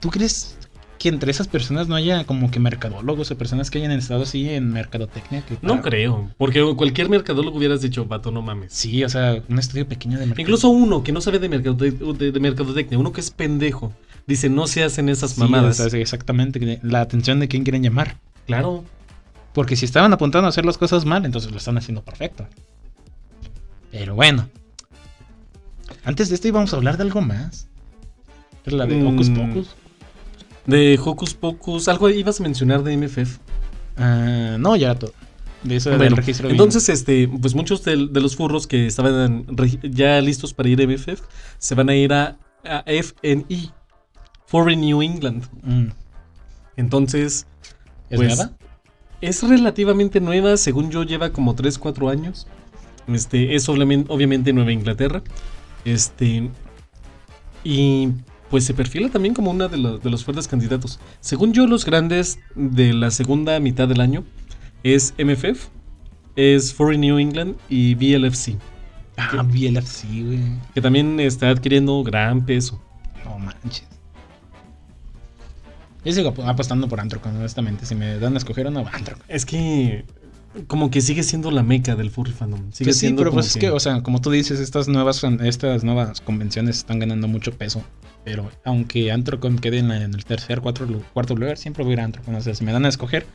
Speaker 1: ¿Tú crees que entre esas personas no haya como que mercadólogos o personas que hayan estado así en mercadotecnia? que
Speaker 2: No
Speaker 1: para-
Speaker 2: creo, porque cualquier mercadólogo hubieras dicho, pato, no mames.
Speaker 1: Sí, o sea, un estudio pequeño de mercado.
Speaker 2: Incluso uno que no sabe de, mercadotec- de- de mercadotecnia, uno que es pendejo, dice, no se hacen esas
Speaker 1: Sí,
Speaker 2: mamadas.
Speaker 1: o sea, exactamente. La atención de quién quieren llamar.
Speaker 2: Claro,
Speaker 1: Porque si estaban apuntando a hacer las cosas mal, entonces lo están haciendo perfecto. Pero bueno. Antes de esto íbamos a hablar de algo más. Era la de
Speaker 2: Mm.
Speaker 1: Hocus Pocus.
Speaker 2: de Hocus Pocus, algo ibas a mencionar de MFF.
Speaker 1: Ah, no, ya era todo. De eso del
Speaker 2: Bueno,
Speaker 1: registro. de-
Speaker 2: entonces, este, pues muchos del- de, los furros que estaban regi- ya listos para ir a MFF se van a ir a, a FNE, Foreign New England.
Speaker 1: Mm.
Speaker 2: Entonces,
Speaker 1: ¿Es
Speaker 2: Pues,
Speaker 1: nueva?
Speaker 2: es relativamente nueva, según yo lleva como 3, 4 años. Este, es obviamen- obviamente Nueva Inglaterra. Este, y pues se perfila también como una de, lo- de los fuertes candidatos. Según yo, los grandes de la segunda mitad del año es MFF, es Foreign New England y BLFC,
Speaker 1: Ah, BLFC, güey.
Speaker 2: que también está adquiriendo gran peso.
Speaker 1: No manches. Yo sigo ap- apostando por Antrocon, honestamente. Si me dan a escoger una, va Antrocon.
Speaker 2: Es que como que sigue siendo la meca del furry fandom. Sigue
Speaker 1: Pues sí,
Speaker 2: siendo
Speaker 1: pero
Speaker 2: como
Speaker 1: pues es que, o sea, como tú dices, estas nuevas, estas nuevas convenciones están ganando mucho peso. Pero aunque Antrocon quede en, la- en el tercer, cuatro lu- cuarto lugar, siempre voy a ir a Antrocon. O sea, si me dan a escoger,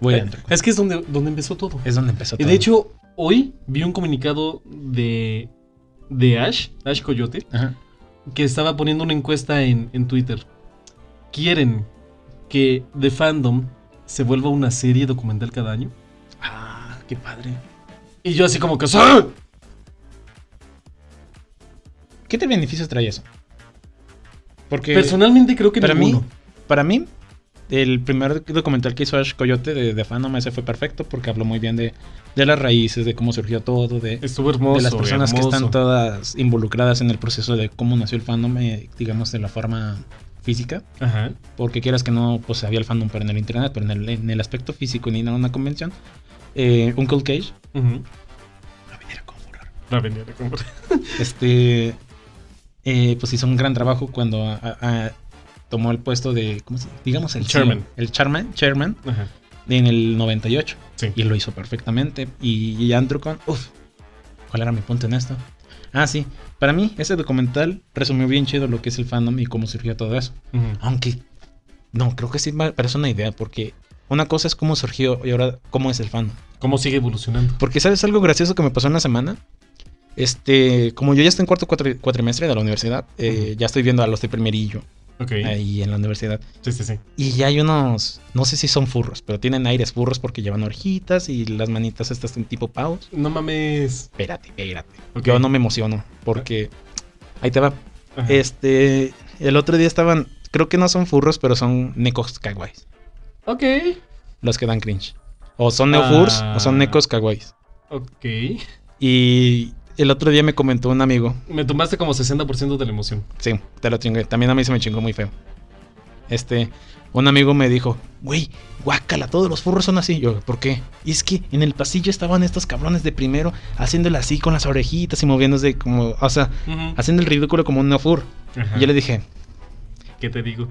Speaker 1: voy a Antrocon.
Speaker 2: es que es donde, donde empezó todo.
Speaker 1: Es donde empezó
Speaker 2: Eh, Y
Speaker 1: todo.
Speaker 2: de hecho, hoy vi un comunicado de, de Ash, Ash Coyote,
Speaker 1: Ajá.
Speaker 2: que estaba poniendo una encuesta en, en Twitter. ¿Quieren que The Fandom se vuelva una serie documental cada año?
Speaker 1: Ah, qué padre.
Speaker 2: Y yo así como que... "Sí".
Speaker 1: ¿Qué te beneficios trae eso? Porque
Speaker 2: Pues Personalmente creo que
Speaker 1: para mí,
Speaker 2: ninguno.
Speaker 1: para mí, el primer documental que hizo Ash Coyote de, de Fandom, ese fue perfecto porque habló muy bien de, de las raíces, de cómo surgió todo, de,
Speaker 2: Estuvo hermoso.
Speaker 1: de las personas que
Speaker 2: hermoso.
Speaker 1: están todas involucradas en el proceso de cómo nació el fandom, eh, digamos, de la forma física.
Speaker 2: Ajá.
Speaker 1: Porque quieras que no, pues había el fandom, pero en el internet, pero en el, en el aspecto físico, en ir a una convención. Eh, Uncle Cage.
Speaker 2: Ujú.
Speaker 1: a venir a conjurar.
Speaker 2: La venía de comprar.
Speaker 1: Este. eh, pues hizo un gran trabajo cuando a- a- a- tomó el puesto de. ¿Cómo se Digamos el CEO,
Speaker 2: Chairman.
Speaker 1: El chairman, chairman
Speaker 2: Ajá.
Speaker 1: en el 98.
Speaker 2: Sí.
Speaker 1: Y lo hizo perfectamente. Y, y Androcon, uff, ¿cuál era mi punto en esto? Ah, sí, para mí ese documental resumió bien chido lo que es el fandom y cómo surgió todo eso.
Speaker 2: Ujú.
Speaker 1: Aunque, no, creo que sí, ma- pero es una idea, porque una cosa es cómo surgió y ahora cómo es el fandom.
Speaker 2: ¿Cómo sigue evolucionando?
Speaker 1: Porque, ¿sabes algo gracioso que me pasó en la semana? Este, como yo ya estoy en cuarto cuatri- cuatrimestre de la universidad, eh, ya estoy viendo a los de primerillo
Speaker 2: Ok.
Speaker 1: ahí en la universidad.
Speaker 2: Sí, sí, sí.
Speaker 1: Y ya hay unos, no sé si son furros, pero tienen aires furros porque llevan orejitas y las manitas estas son tipo paus.
Speaker 2: No mames.
Speaker 1: Espérate, espérate.
Speaker 2: Ok.
Speaker 1: Yo no me emociono porque ahí te va.
Speaker 2: Ajá.
Speaker 1: Este, el otro día estaban, creo que no son furros, pero son necos kawaiis,
Speaker 2: Ok.
Speaker 1: los que dan cringe. O son neofurs o son
Speaker 2: Ah.
Speaker 1: necos kawaiis.
Speaker 2: Ok.
Speaker 1: Y el otro día me comentó un amigo,
Speaker 2: Me tomaste como 60% de la emoción.
Speaker 1: sí, te lo chingué, también a mí se me chingó muy feo. Este, un amigo me dijo, güey, guácala, todos los furros son así. Yo, ¿por qué? Y es que en el pasillo estaban estos cabrones de primero haciéndole así con las orejitas y moviéndose como, o sea,
Speaker 2: Ujú.
Speaker 1: haciendo el ridículo como un fur.
Speaker 2: Ajá.
Speaker 1: Y yo le dije,
Speaker 2: ¿Qué te digo?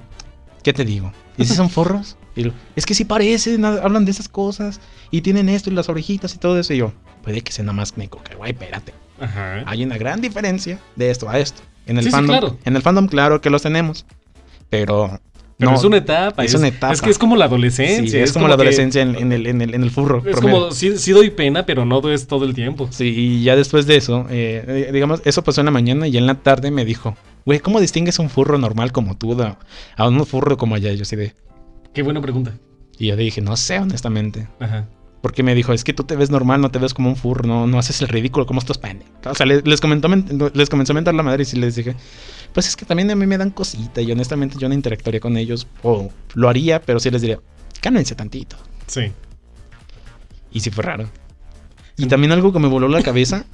Speaker 1: ¿qué te digo? ¿Y si son forros? Y él, es que sí parecen, ha- hablan de esas cosas y tienen esto y las orejitas y todo eso. Y yo, puede que sea nada más me coca, güey, espérate.
Speaker 2: Ajá.
Speaker 1: Hay una gran diferencia de esto a esto. En el
Speaker 2: Sí, sí,
Speaker 1: fandom,
Speaker 2: claro.
Speaker 1: en el fandom claro que los tenemos, pero,
Speaker 2: Pero
Speaker 1: no,
Speaker 2: es una etapa.
Speaker 1: es una etapa.
Speaker 2: Es que es como la
Speaker 1: sí,
Speaker 2: adolescencia.
Speaker 1: es, como la
Speaker 2: que-
Speaker 1: adolescencia en, en el, en, el, en el furro.
Speaker 2: es
Speaker 1: promedio.
Speaker 2: como, sí, sí doy pena, pero no es todo el tiempo.
Speaker 1: Sí, y ya después de eso, eh, eh, digamos, eso pasó en la mañana y en la tarde me dijo, güey, ¿cómo distingues un furro normal como tú da- a un furro como allá? Yo así de,
Speaker 2: Qué buena pregunta.
Speaker 1: y yo le dije, no sé, honestamente.
Speaker 2: Ajá.
Speaker 1: Porque me dijo, es que tú te ves normal, no te ves como un furro, no, no haces el ridículo como estos pendejos. O sea, les, les, comentó men- les comenzó a mentar la madre y sí les dije, pues es que también a mí me dan cosita y honestamente yo no interactuaría con ellos, o lo haría, pero sí les diría, cálmense tantito.
Speaker 2: Sí.
Speaker 1: Y sí fue raro. Y también algo que me voló la cabeza,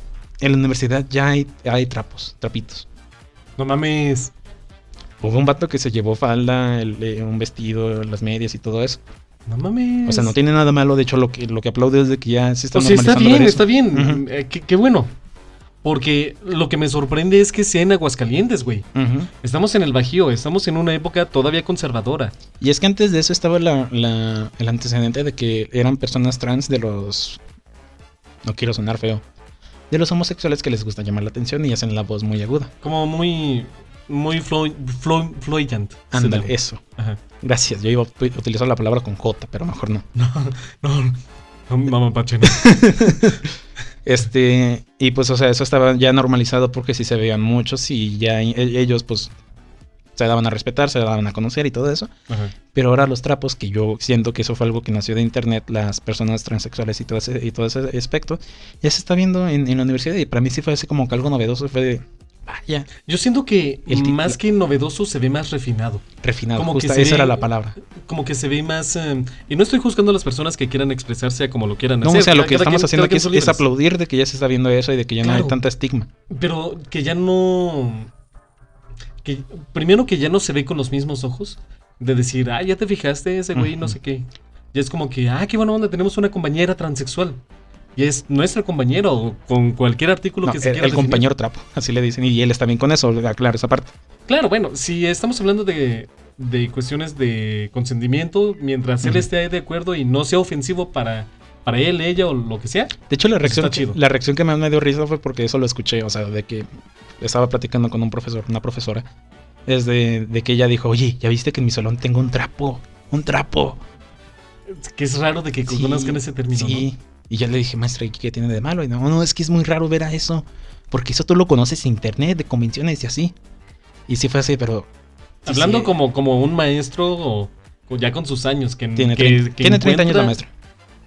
Speaker 1: en la universidad ya hay, hay trapos, trapitos.
Speaker 2: No mames.
Speaker 1: Hubo un vato que se llevó falda, el- eh, un vestido, las medias y todo eso.
Speaker 2: No mames.
Speaker 1: O sea, no tiene nada malo. De hecho, lo que, lo que aplaudo es de que ya se está
Speaker 2: O sea, Pues está
Speaker 1: normalizando
Speaker 2: bien,
Speaker 1: ver eso.
Speaker 2: está bien.
Speaker 1: Ujú.
Speaker 2: Eh, qué, qué bueno. Porque lo que me sorprende es que sea en Aguascalientes, güey.
Speaker 1: Ujú.
Speaker 2: Estamos en el Bajío, estamos en una época todavía conservadora.
Speaker 1: Y es que antes de eso estaba la- la- el antecedente de que eran personas trans de los... No quiero sonar feo. De los homosexuales que les gusta llamar la atención y hacen la voz muy aguda.
Speaker 2: Como muy. Muy flu- flu- fluent. se llama.
Speaker 1: Ándale, eso.
Speaker 2: Ajá.
Speaker 1: Gracias. Yo iba a ut- utilizar la palabra con J, pero mejor no.
Speaker 2: No, no, mamá Pache, no.
Speaker 1: Este, y pues, o sea, eso estaba ya normalizado porque sí se veían muchos y ya e- ellos, pues, se daban a respetar, se daban a conocer y todo eso.
Speaker 2: Ajá.
Speaker 1: Pero ahora los trapos, que yo siento que eso fue algo que nació de internet, las personas transexuales y todo ese, y todo ese aspecto, ya se está viendo en, en la universidad y para mí sí fue así como que algo novedoso, fue de, vaya,
Speaker 2: Yo siento que
Speaker 1: El ti-
Speaker 2: más que novedoso se ve más refinado.
Speaker 1: refinado,
Speaker 2: Como que
Speaker 1: justa,
Speaker 2: se
Speaker 1: esa
Speaker 2: ve-
Speaker 1: era la palabra.
Speaker 2: Como que se ve más. eh, y no estoy juzgando a las personas que quieran expresarse a como lo quieran
Speaker 1: No,
Speaker 2: hacer.
Speaker 1: o sea, lo
Speaker 2: cada-
Speaker 1: que
Speaker 2: cada
Speaker 1: estamos
Speaker 2: quien-
Speaker 1: haciendo
Speaker 2: cada
Speaker 1: aquí
Speaker 2: quien
Speaker 1: es,
Speaker 2: son
Speaker 1: es
Speaker 2: libres.
Speaker 1: aplaudir de que ya se está viendo eso y de que ya no
Speaker 2: Claro.
Speaker 1: hay tanta estigma.
Speaker 2: Pero que ya no. Que, primero que ya no se ve con los mismos ojos. De decir, ah, ya te fijaste ese güey, no
Speaker 1: Ujú.
Speaker 2: sé qué. Ya es como que, ah, qué buena onda, tenemos una compañera transexual. Y es nuestra compañera o con cualquier artículo
Speaker 1: No,
Speaker 2: que
Speaker 1: el,
Speaker 2: se quiera.
Speaker 1: el
Speaker 2: definir.
Speaker 1: compañero trapo, así le dicen, y él está bien con eso, claro, esa parte.
Speaker 2: Claro, bueno, si estamos hablando de, de cuestiones de consentimiento, mientras él
Speaker 1: Ujú.
Speaker 2: esté de acuerdo y no sea ofensivo para, para él, ella o lo que sea.
Speaker 1: De hecho, la reacción,
Speaker 2: está chido.
Speaker 1: la reacción que más me dio risa fue porque eso lo escuché, o sea, de que estaba platicando con un profesor, una profesora, es de, de que ella dijo, oye, ¿ya viste que en mi salón tengo un trapo? Un trapo.
Speaker 2: Que es raro de que
Speaker 1: Sí,
Speaker 2: conozcan ese término.
Speaker 1: sí. Y yo le dije, maestra, ¿y qué tiene de malo? Y no, no, es que es muy raro ver a eso, porque eso tú lo conoces en internet, de convenciones y así. Y sí fue así, pero...
Speaker 2: ¿no?
Speaker 1: sí,
Speaker 2: Hablando
Speaker 1: sí,
Speaker 2: Como, como un maestro o, o ya con sus años. Que,
Speaker 1: Tiene,
Speaker 2: que-
Speaker 1: 30,
Speaker 2: que
Speaker 1: tiene 30 años la
Speaker 2: encuentra-
Speaker 1: maestra.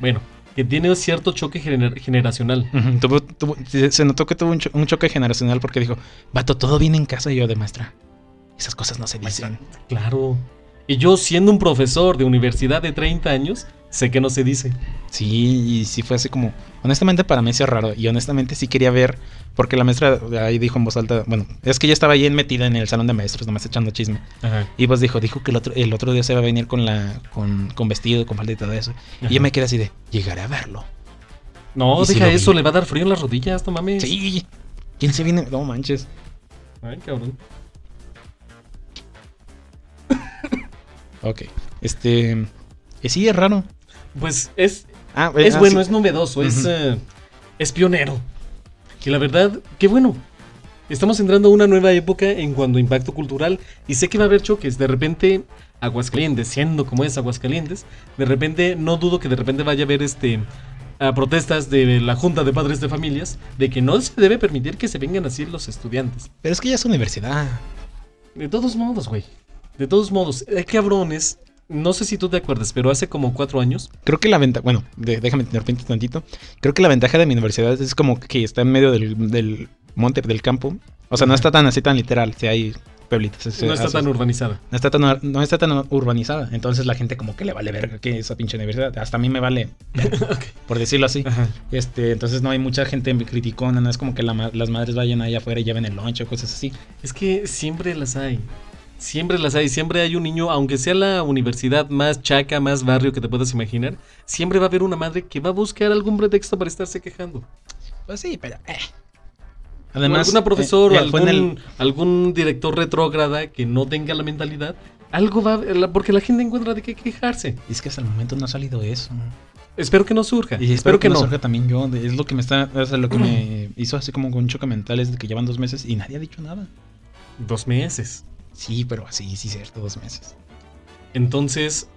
Speaker 2: Bueno, que tiene un cierto choque gener- generacional.
Speaker 1: Ujú, tuvo- tuvo- se se notó que tuvo un, cho- un choque generacional porque dijo, vato, todo bien en casa y yo de maestra. Esas cosas no se
Speaker 2: Maestra.
Speaker 1: dicen.
Speaker 2: Claro. Y yo, siendo un profesor de universidad de 30 años, sé que no se dice.
Speaker 1: Sí, y sí fue así como, honestamente para mí sí es raro y honestamente sí quería ver, porque la maestra ahí dijo en voz alta, bueno, es que ella estaba ahí metida en el salón de maestros, nomás echando chisme.
Speaker 2: Ajá.
Speaker 1: Y pues dijo, dijo que el otro, el otro día se va a venir con la con, con vestido, con falda y todo eso. Y yo me quedé así de, llegaré a verlo.
Speaker 2: No,
Speaker 1: Y sí
Speaker 2: deja
Speaker 1: lo vi.
Speaker 2: eso, le va a dar frío en las rodillas, no mames.
Speaker 1: Sí, ¿quién se viene? No manches.
Speaker 2: Ay, cabrón.
Speaker 1: Ok, este, eh, sí es raro.
Speaker 2: Pues es,
Speaker 1: Ah, eh,
Speaker 2: es
Speaker 1: ah,
Speaker 2: bueno,
Speaker 1: sí.
Speaker 2: es novedoso, es,
Speaker 1: Ujú.
Speaker 2: eh, es pionero. Y la verdad, qué bueno. Estamos entrando a una nueva época en cuanto a impacto cultural y sé que va a haber choques. De repente, Aguascalientes, siendo como es Aguascalientes, de repente, no dudo que de repente vaya a haber este a protestas de la Junta de Padres de Familias de que no se debe permitir que se vengan así los estudiantes.
Speaker 1: Pero es que ya es universidad.
Speaker 2: De todos modos, güey. De todos modos, hay cabrones. No sé si tú te acuerdas, pero hace como cuatro años
Speaker 1: Creo que la ventaja, bueno, de- déjame interrumpirte tantito. Creo que la ventaja de mi universidad es como que está en medio del, del monte, del campo. O sea, no está tan así tan literal, si hay pueblitos. es-
Speaker 2: no está
Speaker 1: es-
Speaker 2: tan urbanizada.
Speaker 1: no está tan, no está tan urbanizada. Entonces la gente como que le vale verga que esa pinche universidad. Hasta a mí me vale, por decirlo así.
Speaker 2: Ajá.
Speaker 1: Este, entonces no hay mucha gente criticona, no es como que la ma- las madres vayan allá afuera y lleven el lunch o cosas así.
Speaker 2: Es que siempre las hay. Siempre las hay, siempre hay un niño, aunque sea la universidad más chaca, más barrio que te puedas imaginar, siempre va a haber una madre que va a buscar algún pretexto para estarse quejando.
Speaker 1: Pues sí, pero. eh.
Speaker 2: Además, algún profesor
Speaker 1: eh,
Speaker 2: o
Speaker 1: eh, fue
Speaker 2: algún,
Speaker 1: en el-
Speaker 2: algún director retrógrada que no tenga la mentalidad, algo va la- porque la gente encuentra de qué quejarse.
Speaker 1: Es que hasta el momento no ha salido eso.
Speaker 2: Espero que no surja.
Speaker 1: Y
Speaker 2: espero que no.
Speaker 1: surja también yo. de- Es lo que me está. O sea, lo que me hizo así como un choque mental es de que llevan dos meses y nadie ha dicho nada.
Speaker 2: Dos meses.
Speaker 1: Sí, pero así, sí, cierto, dos meses.
Speaker 2: Entonces,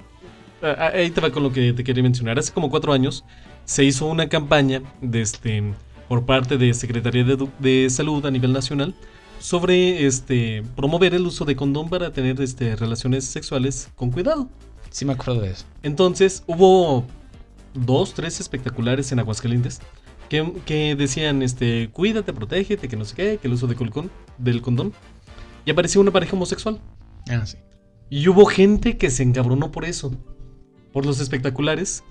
Speaker 2: a- a- ahí te va con lo que te quería mencionar. Hace como cuatro años se hizo una campaña de este, por parte de Secretaría de, Edu- de Salud a nivel nacional sobre este, promover el uso de condón para tener este, relaciones sexuales con cuidado.
Speaker 1: Sí, me acuerdo de eso.
Speaker 2: Entonces hubo dos, tres espectaculares en Aguascalientes que, que decían, este, cuídate, protégete, que no sé qué, que el uso de colcón- del condón. Y apareció una pareja homosexual.
Speaker 1: Ah, sí.
Speaker 2: Y hubo gente que se encabronó por eso. Por los espectaculares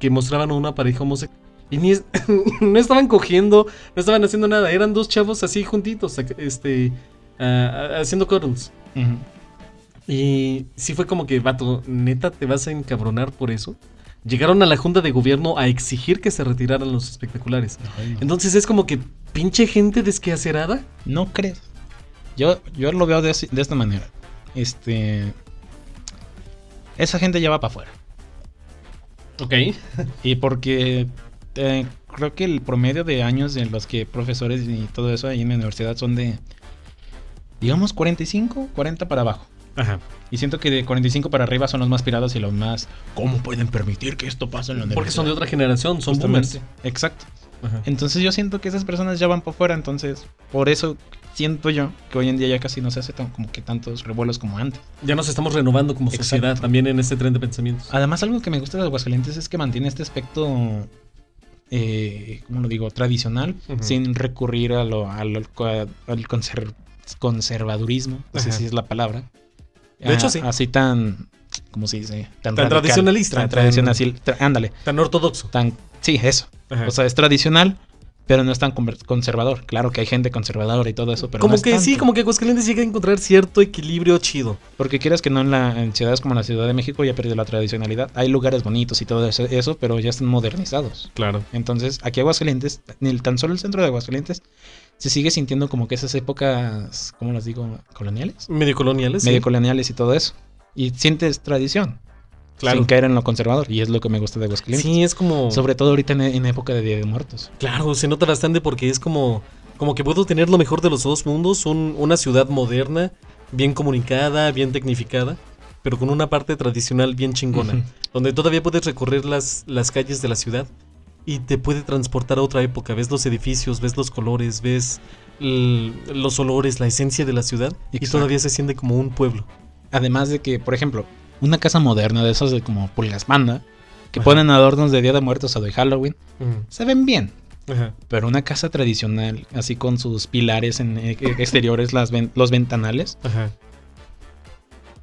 Speaker 2: que mostraban a una pareja homosexual. Y ni es- no estaban cogiendo, no estaban haciendo nada. Eran dos chavos así juntitos, ac- este, ah, ah, haciendo cuddles.
Speaker 1: Ujú.
Speaker 2: Y sí fue como que, vato, neta, ¿te vas a encabronar por eso? Llegaron a la Junta de Gobierno a exigir que se retiraran los espectaculares.
Speaker 1: Ay, no.
Speaker 2: Entonces es como que, pinche gente desquehacerada.
Speaker 1: No crees. Yo, yo lo veo de, así- de esta manera. Este. Esa gente ya va para afuera.
Speaker 2: Ok.
Speaker 1: Y porque eh, creo que el promedio de años en los que profesores y todo eso ahí en la universidad son de, digamos, 45, 40 para abajo.
Speaker 2: Ajá.
Speaker 1: Y siento que de 45 para arriba son los más pirados y los más... ¿Cómo pueden permitir que esto pase en la universidad?
Speaker 2: Porque son de otra generación, son
Speaker 1: Justamente.
Speaker 2: boomers.
Speaker 1: Exacto.
Speaker 2: Ajá.
Speaker 1: Entonces yo siento que esas personas ya van para afuera, entonces por eso siento yo que hoy en día ya casi no se hace tan- como que tantos revuelos como antes.
Speaker 2: Ya nos estamos renovando como
Speaker 1: Exacto. Ah,
Speaker 2: sociedad también en este tren de pensamientos.
Speaker 1: Además, algo que me gusta de Aguascalientes es que mantiene este aspecto, eh, ¿cómo lo digo?, tradicional,
Speaker 2: Ujú.
Speaker 1: sin recurrir a lo, al, al- al conser- conservadurismo, no sé
Speaker 2: Ajá.
Speaker 1: si es la palabra. Ah,
Speaker 2: De hecho, sí.
Speaker 1: Así tan, ¿cómo se dice?
Speaker 2: Tan
Speaker 1: radical,
Speaker 2: tradicionalista,
Speaker 1: Tan
Speaker 2: tan-
Speaker 1: tradicional, así, tra- ándale.
Speaker 2: Tan ortodoxo.
Speaker 1: Tan, sí, eso.
Speaker 2: Ajá.
Speaker 1: O sea, es tradicional, pero no es tan conver- conservador. Claro que hay gente conservadora y todo eso, pero
Speaker 2: como
Speaker 1: no es
Speaker 2: que sí,
Speaker 1: tanto.
Speaker 2: como que Aguascalientes llega a encontrar cierto equilibrio chido.
Speaker 1: Porque quieras que no en, la, en ciudades como la Ciudad de México ya perdió la tradicionalidad. Hay lugares bonitos y todo eso, eso, pero ya están modernizados.
Speaker 2: Claro.
Speaker 1: Entonces, aquí Aguascalientes, ni el- tan solo el centro de Aguascalientes, se sigue sintiendo como que esas épocas, ¿cómo las digo? ¿Coloniales?
Speaker 2: Medio coloniales. sí.
Speaker 1: Medio coloniales y todo eso. Y sientes tradición,
Speaker 2: claro.
Speaker 1: sin caer en lo conservador. Y es lo que me gusta de Aguascalientes.
Speaker 2: Sí, es como.
Speaker 1: Sobre todo ahorita en, en época de Día de Muertos.
Speaker 2: Claro, se nota bastante porque es como, como que puedo tener lo mejor de los dos mundos, un- una ciudad moderna, bien comunicada, bien tecnificada, pero con una parte tradicional bien chingona,
Speaker 1: Ujú.
Speaker 2: donde todavía puedes recorrer las, las calles de la ciudad y te puede transportar a otra época, ves los edificios, ves los colores, ves l- los olores, la esencia de la ciudad y
Speaker 1: Exacto.
Speaker 2: todavía se siente como un pueblo.
Speaker 1: Además de que, por ejemplo, una casa moderna de esas de como Pulgas Banda, que
Speaker 2: Ajá.
Speaker 1: ponen adornos de Día de Muertos o de Halloween, se ven bien. Pero una casa tradicional, así con sus pilares en eh, exteriores, las ven- los ventanales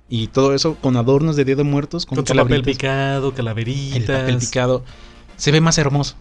Speaker 1: y todo eso con adornos de Día de Muertos, con,
Speaker 2: Con su papel
Speaker 1: calaveritas.
Speaker 2: picado,
Speaker 1: el
Speaker 2: calaveritas.
Speaker 1: papel picado se ve más hermoso.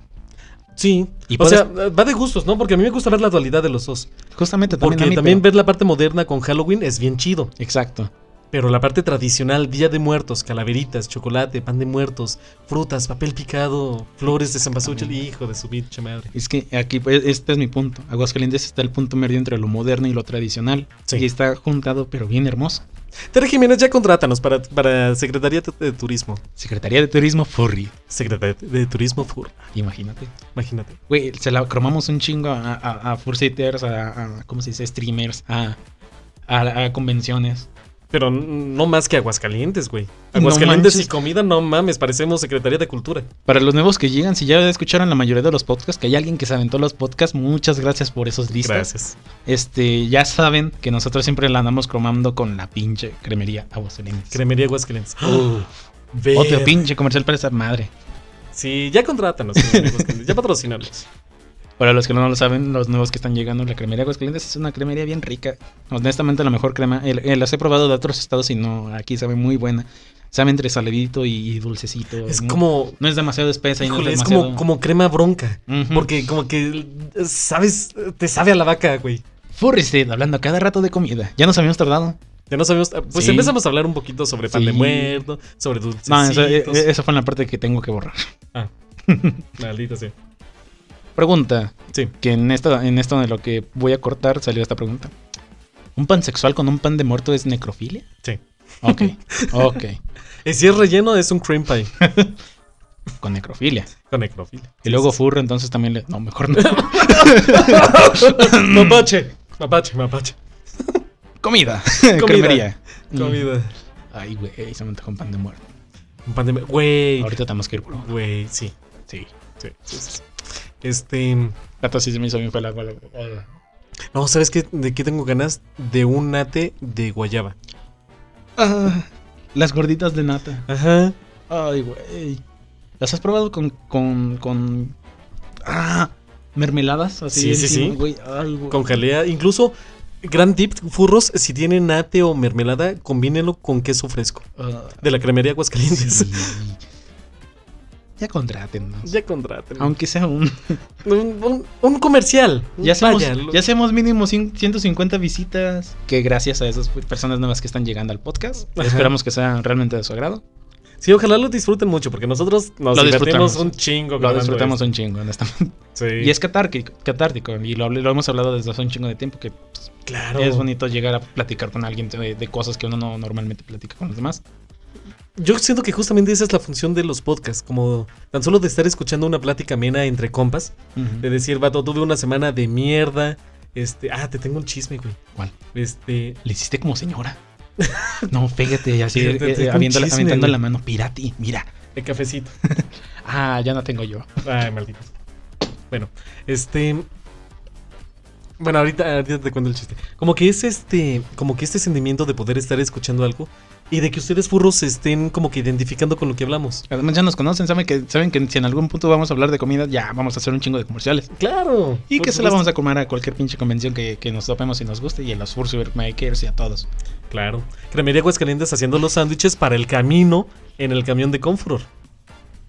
Speaker 2: Sí.
Speaker 1: Y
Speaker 2: o
Speaker 1: puedes-
Speaker 2: sea, va de gustos, ¿no? Porque a mí me gusta ver la dualidad de los dos.
Speaker 1: Justamente también
Speaker 2: Porque
Speaker 1: a mí,
Speaker 2: también
Speaker 1: pero-
Speaker 2: ver la parte moderna con Halloween es bien chido.
Speaker 1: Exacto.
Speaker 2: Pero la parte tradicional, Día de Muertos, calaveritas, chocolate, pan de muertos, frutas, papel picado, flores de cempasúchil, hijo de su pinche madre.
Speaker 1: Es que aquí, pues, este es mi punto. Aguascalientes está el punto medio entre lo moderno y lo tradicional.
Speaker 2: Sí.
Speaker 1: Y está juntado, pero bien hermoso.
Speaker 2: Tere Jiménez, ya contrátanos para, para Secretaría de- de Turismo.
Speaker 1: Secretaría de Turismo Furry.
Speaker 2: Secretaría de Turismo Fur,
Speaker 1: Imagínate.
Speaker 2: imagínate.
Speaker 1: Güey, se la cromamos un chingo a, a, a fursitters, a, a- ¿cómo se dice? Streamers, a, a- a convenciones.
Speaker 2: Pero n- no más que Aguascalientes, güey.
Speaker 1: No
Speaker 2: Aguascalientes
Speaker 1: manches.
Speaker 2: y comida, no mames, parecemos Secretaría de Cultura.
Speaker 1: Para los nuevos que llegan, si ya escucharon la mayoría de los podcasts, que hay alguien que se aventó los podcasts, muchas gracias por esos listas.
Speaker 2: Gracias.
Speaker 1: Este, ya saben que nosotros siempre la andamos cromando con la pinche cremería Aguascalientes.
Speaker 2: Cremería Aguascalientes.
Speaker 1: Uf,
Speaker 2: Ver.
Speaker 1: Oh, Otro pinche comercial para esa madre.
Speaker 2: Sí, ya contrátanos, Cremería Aguascalientes, ya patrocinalos.
Speaker 1: Para los que no lo saben, los nuevos que están llegando, la cremería Aguascalientes es una cremería bien rica. Honestamente, la mejor crema. el- el- las he probado de otros estados y no, aquí sabe muy buena. Sabe entre saladito y, y dulcecito.
Speaker 2: Es
Speaker 1: no-
Speaker 2: como,
Speaker 1: No es demasiado espesa y no
Speaker 2: Híjole,
Speaker 1: es
Speaker 2: es
Speaker 1: demasiado...
Speaker 2: como, como crema bronca.
Speaker 1: Ujú.
Speaker 2: Porque como que eh, sabes, eh, te sabe a la vaca, güey.
Speaker 1: Furry Seed, hablando cada rato de comida. Ya nos habíamos tardado.
Speaker 2: Ya no sabemos. Pues
Speaker 1: Sí.
Speaker 2: empezamos a hablar un poquito sobre pan de
Speaker 1: Sí.
Speaker 2: muerto, sobre dulces.
Speaker 1: No, eso, eh, eso fue en la parte que tengo que borrar.
Speaker 2: Maldita sea.
Speaker 1: Pregunta.
Speaker 2: Sí.
Speaker 1: Que en esto, en esto de lo que voy a cortar salió esta pregunta. ¿Un pan sexual con un pan de muerto es necrofilia?
Speaker 2: Sí.
Speaker 1: Ok, ok.
Speaker 2: Y Eh, si es relleno, es un cream pie
Speaker 1: Con necrofilia.
Speaker 2: con necrofilia.
Speaker 1: Y luego furro, entonces también le... No, mejor no.
Speaker 2: mapache. Mapache, mapache.
Speaker 1: Comida.
Speaker 2: Comida.
Speaker 1: Cremería.
Speaker 2: Comida.
Speaker 1: Ay, güey, se me antojó un pan de muerto.
Speaker 2: Un pan de. mu- Güey.
Speaker 1: Ahorita tenemos que ir, bro.
Speaker 2: Güey, sí.
Speaker 1: Sí.
Speaker 2: Sí, sí, sí. Este.
Speaker 1: Tato sí se me hizo bien fue la- la-
Speaker 2: No, ¿sabes qué? ¿De qué tengo ganas? De un nate de guayaba.
Speaker 1: Ah, las gorditas de nata.
Speaker 2: Ajá.
Speaker 1: Ay, güey. ¿Las has probado con. con. con. Ah, mermeladas? Así
Speaker 2: Sí, sí,
Speaker 1: encima,
Speaker 2: sí.
Speaker 1: güey. Ay, güey.
Speaker 2: Con jalea. Incluso, gran tip, furros, si tienen nate o mermelada, combínenlo con queso fresco.
Speaker 1: Ah,
Speaker 2: De la cremería Aguascalientes.
Speaker 1: sí. Ya contrátennos.
Speaker 2: Ya contraten.
Speaker 1: Aunque sea un.
Speaker 2: Un, un- un comercial.
Speaker 1: Ya hacemos,
Speaker 2: Vaya, lo-
Speaker 1: ya hacemos mínimo cien- 150 visitas. Que gracias a esas personas nuevas que están llegando al podcast.
Speaker 2: Ajá.
Speaker 1: Esperamos que sea realmente de su agrado.
Speaker 2: Sí, ojalá lo disfruten mucho, porque nosotros nos
Speaker 1: Lo
Speaker 2: divertimos
Speaker 1: disfrutamos.
Speaker 2: un chingo.
Speaker 1: Lo
Speaker 2: grabando
Speaker 1: disfrutamos
Speaker 2: esto.
Speaker 1: un chingo, honestamente.
Speaker 2: Sí.
Speaker 1: Y es catártico, catártico. Y lo, hablé- lo hemos hablado desde hace un chingo de tiempo. Que
Speaker 2: claro.
Speaker 1: Es bonito llegar a platicar con alguien de, de cosas que uno no normalmente platica con los demás.
Speaker 2: Yo siento que justamente esa es la función de los podcasts, como tan solo de estar escuchando una plática amena entre compas, de decir, vato, tuve una semana de mierda. Este, ah, te tengo un chisme, güey.
Speaker 1: ¿Cuál?
Speaker 2: Este,
Speaker 1: Le hiciste como señora. No, fíjate, así
Speaker 2: Fíjate,
Speaker 1: eh,
Speaker 2: te- te-
Speaker 1: abriendo la-
Speaker 2: chisme,
Speaker 1: aventando
Speaker 2: güey.
Speaker 1: la mano. Pirati, mira.
Speaker 2: el cafecito.
Speaker 1: Ah, ya no tengo yo.
Speaker 2: Ay, maldito. Bueno, este. Bueno, ahorita, ahorita te cuento el chiste. Como que es este. Como que este sentimiento de poder estar escuchando algo. Y de que ustedes furros se estén como que identificando con lo que hablamos.
Speaker 1: Además, ya nos conocen, saben que, saben que si en algún punto vamos a hablar de comida, ya vamos a hacer un chingo de comerciales.
Speaker 2: Claro.
Speaker 1: Y
Speaker 2: por
Speaker 1: que se la vamos
Speaker 2: supuesto.
Speaker 1: a comer a cualquier pinche convención que, que nos topemos y nos guste, y a los Fursuit Makers y a todos.
Speaker 2: Claro. Cremería Aguascalientes haciendo los sándwiches para el camino en el camión de Confuror.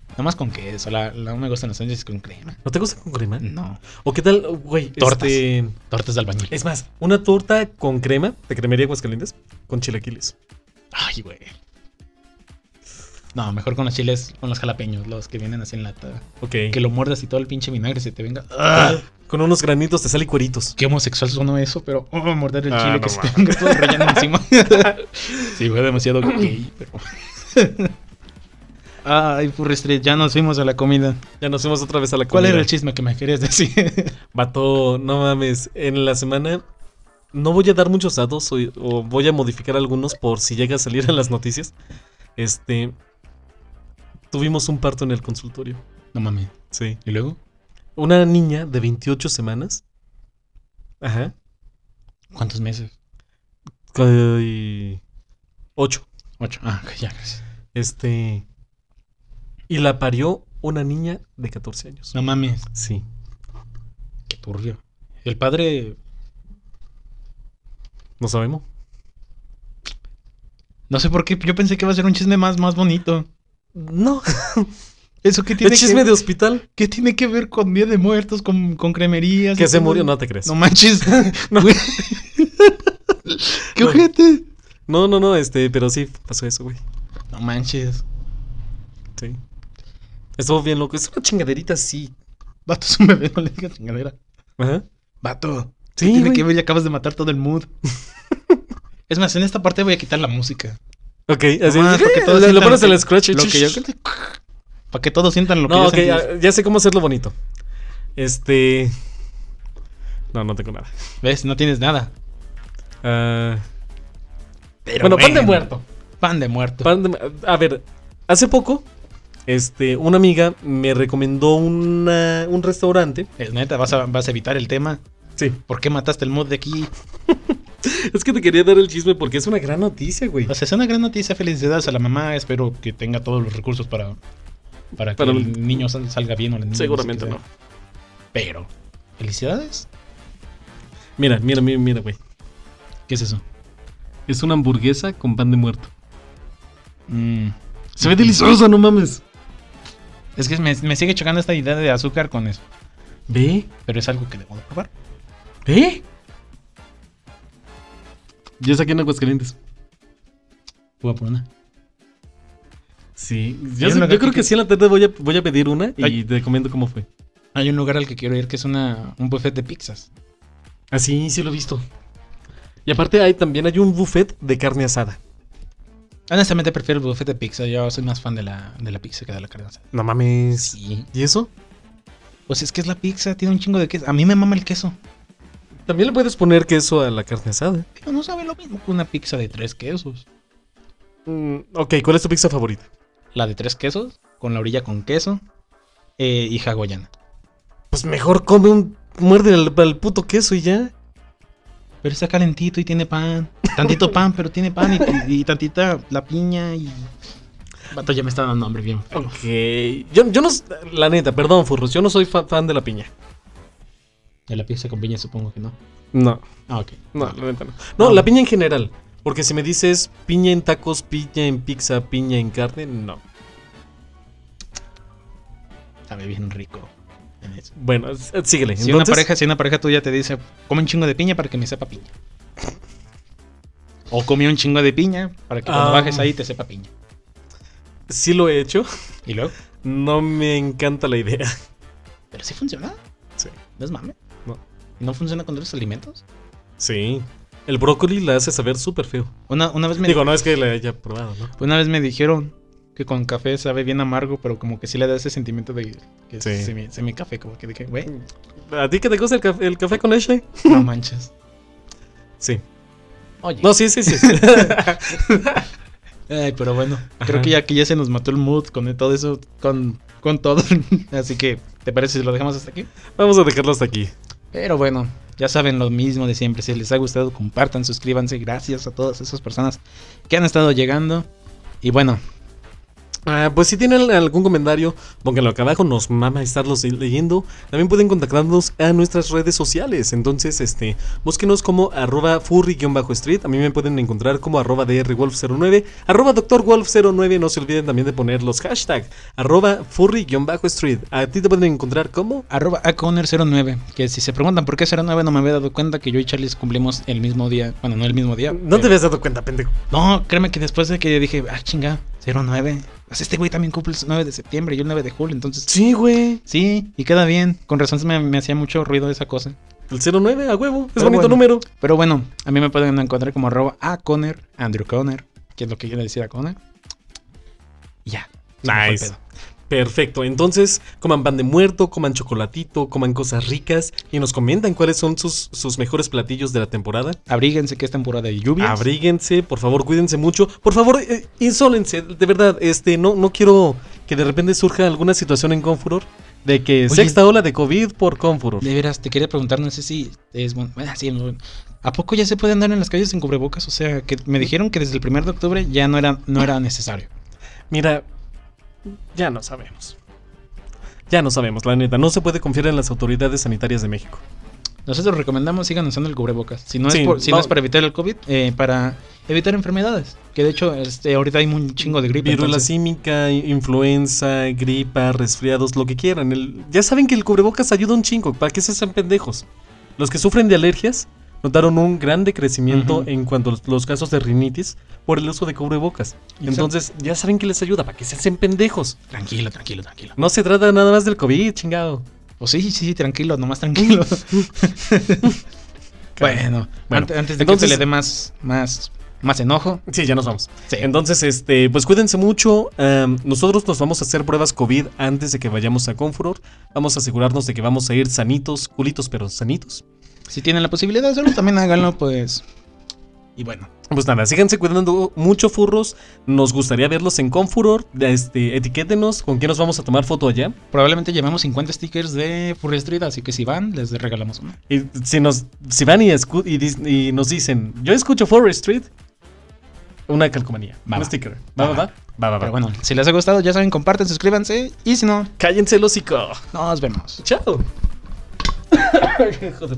Speaker 1: Nada más con queso, la, la- no me gustan los sándwiches con crema.
Speaker 2: ¿No te gusta con crema?
Speaker 1: No.
Speaker 2: ¿O qué tal, güey?
Speaker 1: Mm. Tortas.
Speaker 2: este,
Speaker 1: Tortas de albañil.
Speaker 2: es más, una torta con crema de Cremería Aguascalientes con chilaquiles.
Speaker 1: Ay, güey. No, mejor con los chiles, con los jalapeños, los que vienen así en lata.
Speaker 2: Ok.
Speaker 1: Que lo muerdas y todo el pinche vinagre se te venga.
Speaker 2: Ah,
Speaker 1: ¡Ah!
Speaker 2: Con unos granitos de sal y cueritos.
Speaker 1: Qué homosexual sonó eso, pero oh, morder el
Speaker 2: Ah,
Speaker 1: chile
Speaker 2: no
Speaker 1: que se te venga todo relleno encima. sí, fue demasiado gay, pero. Ay, Furrestreet, ya nos fuimos a la comida.
Speaker 2: Ya nos fuimos otra vez a la
Speaker 1: ¿Cuál
Speaker 2: comida.
Speaker 1: era el chisme que me querías decir?
Speaker 2: Vato, no mames. En la semana no voy a dar muchos datos o, o voy a modificar algunos por si llega a salir en las noticias. Este. Tuvimos un parto en el consultorio.
Speaker 1: no mames.
Speaker 2: Sí.
Speaker 1: ¿Y luego?
Speaker 2: Una niña de 28 semanas. Ajá.
Speaker 1: ¿Cuántos meses?
Speaker 2: 8.
Speaker 1: Ocho. Ah, ok, ya, gracias.
Speaker 2: Este. Y la parió una niña de 14 años.
Speaker 1: No mames.
Speaker 2: Sí.
Speaker 1: Qué turbio. El padre.
Speaker 2: No sabemos.
Speaker 1: No sé por qué. Yo pensé que iba a ser un chisme más, más bonito.
Speaker 2: No.
Speaker 1: ¿Eso qué
Speaker 2: El
Speaker 1: tiene,
Speaker 2: chisme
Speaker 1: que,
Speaker 2: de hospital.
Speaker 1: qué tiene que ver con Día de Muertos, con, con cremerías? y
Speaker 2: Que se
Speaker 1: todo?
Speaker 2: murió, no te crees.
Speaker 1: No manches.
Speaker 2: No.
Speaker 1: Güey. ¿Qué
Speaker 2: No.
Speaker 1: ojete?
Speaker 2: No, no, no, este, pero sí pasó eso, güey.
Speaker 1: No manches.
Speaker 2: Sí. Estuvo bien loco. Es una chingaderita, sí.
Speaker 1: Vato, es un bebé, no le digas chingadera.
Speaker 2: Ajá.
Speaker 1: Vato. ¿qué
Speaker 2: Sí,
Speaker 1: tiene
Speaker 2: güey.
Speaker 1: que ver y acabas de matar todo el mood. es más, en esta parte voy a quitar la música.
Speaker 2: Ok, así "Eh,
Speaker 1: Nomás porque todos
Speaker 2: le, le
Speaker 1: sientan
Speaker 2: pones
Speaker 1: lo
Speaker 2: el
Speaker 1: que-
Speaker 2: scratch. y
Speaker 1: Lo que yo.
Speaker 2: chush.
Speaker 1: Para que todos sientan lo que
Speaker 2: No,
Speaker 1: yo
Speaker 2: ok,
Speaker 1: sentí.
Speaker 2: ya, ya sé cómo hacerlo bonito. Este. No, no tengo nada.
Speaker 1: ¿Ves? No tienes nada.
Speaker 2: Ah,
Speaker 1: Pero
Speaker 2: bueno, pan de muerto.
Speaker 1: Pan de muerto.
Speaker 2: Pan de mu- a ver, hace poco, este, una amiga me recomendó una, un restaurante.
Speaker 1: Es neta, vas a, vas a evitar el tema.
Speaker 2: Sí.
Speaker 1: ¿Por qué mataste el mood de aquí?
Speaker 2: Es que te quería dar el chisme porque es una gran noticia, güey.
Speaker 1: O sea, es una gran noticia. Felicidades a la mamá. Espero que tenga todos los recursos para, para que
Speaker 2: Pero-
Speaker 1: el niño sal- salga bien o la niña,
Speaker 2: Seguramente
Speaker 1: sé qué
Speaker 2: no.
Speaker 1: sea. Pero, ¿felicidades?
Speaker 2: Mira, mira, mira, mira, güey.
Speaker 1: ¿Qué es eso?
Speaker 2: Es una hamburguesa con pan de muerto.
Speaker 1: Mm,
Speaker 2: Se ve deliciosa, no mames.
Speaker 1: Es que me, me sigue chocando esta idea de azúcar con eso.
Speaker 2: ¿Ve?
Speaker 1: Pero es algo que debo de probar.
Speaker 2: ¿Ve? Yo saqué en Aguascalientes.
Speaker 1: Voy a por una. Hay
Speaker 2: Sí, yo,
Speaker 1: un
Speaker 2: sé- yo
Speaker 1: lugar
Speaker 2: creo
Speaker 1: que-
Speaker 2: que sí en la tarde voy a, voy a pedir una y
Speaker 1: Ay.
Speaker 2: te comento cómo fue.
Speaker 1: Hay un lugar al que quiero ir que es una, un buffet de pizzas.
Speaker 2: Así Ah, sí lo he visto. Y aparte hay, también hay un buffet de carne asada.
Speaker 1: Honestamente prefiero el buffet de pizza. Yo soy más fan de la, de la pizza que de la carne asada.
Speaker 2: No mames.
Speaker 1: Sí.
Speaker 2: ¿Y eso?
Speaker 1: Pues es que es la pizza, tiene un chingo de queso. A mí me mama el queso.
Speaker 2: También le puedes poner queso a la carne asada.
Speaker 1: Pero no sabe lo mismo que una pizza de tres quesos.
Speaker 2: Mm, ok, ¿cuál es tu pizza favorita?
Speaker 1: La de tres quesos, con la orilla con queso eh, y hawaiana.
Speaker 2: Pues mejor come un... Muerde al, al puto queso y ya.
Speaker 1: Pero está calentito y tiene pan. Tantito pan, pero tiene pan y, y tantita la piña y... Vato, ya me está dando hambre bien. feo.
Speaker 2: Ok. Yo, yo no... s- La neta, perdón, Furros. Yo no soy fa- fan de la piña.
Speaker 1: De la pizza con piña supongo que no.
Speaker 2: No.
Speaker 1: Ah, ok.
Speaker 2: No, la neta no. No, la piña en general. Porque si me dices piña en tacos, piña en pizza, piña en carne, no.
Speaker 1: Sabe bien rico. en eso.
Speaker 2: Bueno, s- eh, síguele.
Speaker 1: Si una,
Speaker 2: Entonces,
Speaker 1: pareja, si una pareja tuya te dice, come un chingo de piña para que me sepa piña. O come un chingo de piña para que cuando
Speaker 2: Ah.
Speaker 1: bajes ahí te sepa piña.
Speaker 2: sí lo he hecho.
Speaker 1: Y luego,
Speaker 2: No me encanta la idea.
Speaker 1: pero sí funciona.
Speaker 2: Sí.
Speaker 1: No es mame.
Speaker 2: No.
Speaker 1: ¿No funciona con otros alimentos?
Speaker 2: Sí. El brócoli la hace saber súper feo.
Speaker 1: Una, una vez me
Speaker 2: Digo, no es que la haya probado, ¿no?
Speaker 1: Una vez me dijeron que con café sabe bien amargo, pero como que sí le da ese sentimiento de que es
Speaker 2: Sí.
Speaker 1: semi, semi café, como que dije, güey,
Speaker 2: ¿A ti que te gusta el café, el café con leche?
Speaker 1: no manches.
Speaker 2: Sí.
Speaker 1: Oye.
Speaker 2: No, sí, sí, sí.
Speaker 1: Ay, pero bueno, creo
Speaker 2: Ajá.
Speaker 1: que ya que ya se nos mató el mood con todo eso, con, con todo. Así que, ¿te parece si lo dejamos hasta aquí?
Speaker 2: Vamos a dejarlo hasta aquí.
Speaker 1: Pero bueno, ya saben lo mismo de siempre. Si les ha gustado, compartan, suscríbanse. Gracias a todas esas personas que han estado llegando. Y bueno,
Speaker 2: Ah, pues si tienen algún comentario, pónganlo acá abajo, nos mama estarlos leyendo. También pueden contactarnos a nuestras redes sociales. Entonces, este, búsquenos como arroba furry-street. A mí me pueden encontrar como arroba drwolf09, arroba drwolf09. No se olviden también de poner los hashtags arroba furry-street. A ti te pueden encontrar como...
Speaker 1: arroba aconer09. Que si se preguntan por qué 09, no me había dado cuenta que yo y Charles cumplimos el mismo día. Bueno, no el mismo día.
Speaker 2: No te
Speaker 1: pero-
Speaker 2: habías dado cuenta, pendejo.
Speaker 1: No, créeme que después de que dije, ah, chinga, 09. Pues este güey también cumple el 9 de septiembre, yo el 9 de julio, entonces.
Speaker 2: Sí, güey.
Speaker 1: Sí, y queda bien. Con razón se me, me hacía mucho ruido esa cosa.
Speaker 2: El 09, a huevo. Es
Speaker 1: Pero
Speaker 2: bonito
Speaker 1: bueno.
Speaker 2: número.
Speaker 1: Pero bueno, a mí me pueden encontrar como arroba a Conner, Andrew Conner, que es lo que quiere decir a Conner. Y ya. se me fue el
Speaker 2: Nice.
Speaker 1: pedo.
Speaker 2: Perfecto, entonces coman pan de muerto, coman chocolatito, coman cosas ricas y nos comentan cuáles son sus, sus mejores platillos de la temporada.
Speaker 1: Abríguense que es temporada de lluvias.
Speaker 2: Abríguense, por favor, cuídense mucho. Por favor, eh, insólense, de verdad, este, no, no quiero que de repente surja alguna situación en Confuror de que
Speaker 1: Oye.
Speaker 2: sexta ola de COVID por Confuror.
Speaker 1: De veras, te quería preguntar, no sé si es bueno. bueno, sí, no, ¿A poco ya se puede andar en las calles sin cubrebocas? O sea, que me dijeron que desde el 1 de octubre ya no era, no era necesario.
Speaker 2: Mira, ya no sabemos. Ya no sabemos, la neta, no se puede confiar en las autoridades sanitarias de México.
Speaker 1: Nosotros recomendamos sigan usando el cubrebocas. Si no,
Speaker 2: Sí,
Speaker 1: es, por- si
Speaker 2: no.
Speaker 1: no es para evitar el COVID, eh, para evitar enfermedades. Que de hecho, este, ahorita hay un chingo de gripe.
Speaker 2: Viruela
Speaker 1: entonces-
Speaker 2: símica, i- influenza, gripa, resfriados, lo que quieran. El- ya saben que el cubrebocas ayuda un chingo. ¿Para qué se hacen pendejos? Los que sufren de alergias notaron un gran decrecimiento
Speaker 1: Ujú.
Speaker 2: en cuanto a los- los casos de rinitis por el uso de cubrebocas.
Speaker 1: Exacto.
Speaker 2: Entonces, ya saben que les ayuda. ¿Para qué se hacen pendejos?
Speaker 1: Tranquilo, tranquilo, tranquilo.
Speaker 2: No se trata nada más del COVID, chingado.
Speaker 1: O sí, sí, sí, tranquilo, nomás tranquilo. bueno,
Speaker 2: Bueno,
Speaker 1: ante- antes de
Speaker 2: entonces-
Speaker 1: que se le dé más, más, más enojo.
Speaker 2: Sí, ya nos vamos.
Speaker 1: Sí.
Speaker 2: Entonces, este, pues cuídense mucho. Am, nosotros nos vamos a hacer pruebas COVID antes de que vayamos a Confuror. Vamos a asegurarnos de que vamos a ir sanitos, culitos, pero sanitos.
Speaker 1: Si tienen la posibilidad de hacerlo, también háganlo, pues. Y bueno,
Speaker 2: Pues nada, síganse cuidando mucho, furros. Nos gustaría verlos en Confuror. Este, etiquétenos con quién nos vamos a tomar foto allá.
Speaker 1: probablemente llevamos 50 stickers de Furry Street, así que si van, les regalamos uno.
Speaker 2: Y si, nos, si van y, escu- y dis- y nos dicen, yo escucho Forest Street, una calcomanía,
Speaker 1: Va,
Speaker 2: un
Speaker 1: va.
Speaker 2: sticker. Va, va,
Speaker 1: Va,
Speaker 2: va. Va, va, va.
Speaker 1: Pero bueno, si les ha gustado, ya saben, comparten, suscríbanse. Y si no,
Speaker 2: Cállense el hocico.
Speaker 1: nos vemos.
Speaker 2: Chao. Hijo de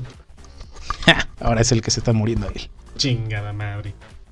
Speaker 1: Ahora es el que se está muriendo él.
Speaker 2: chingada madre.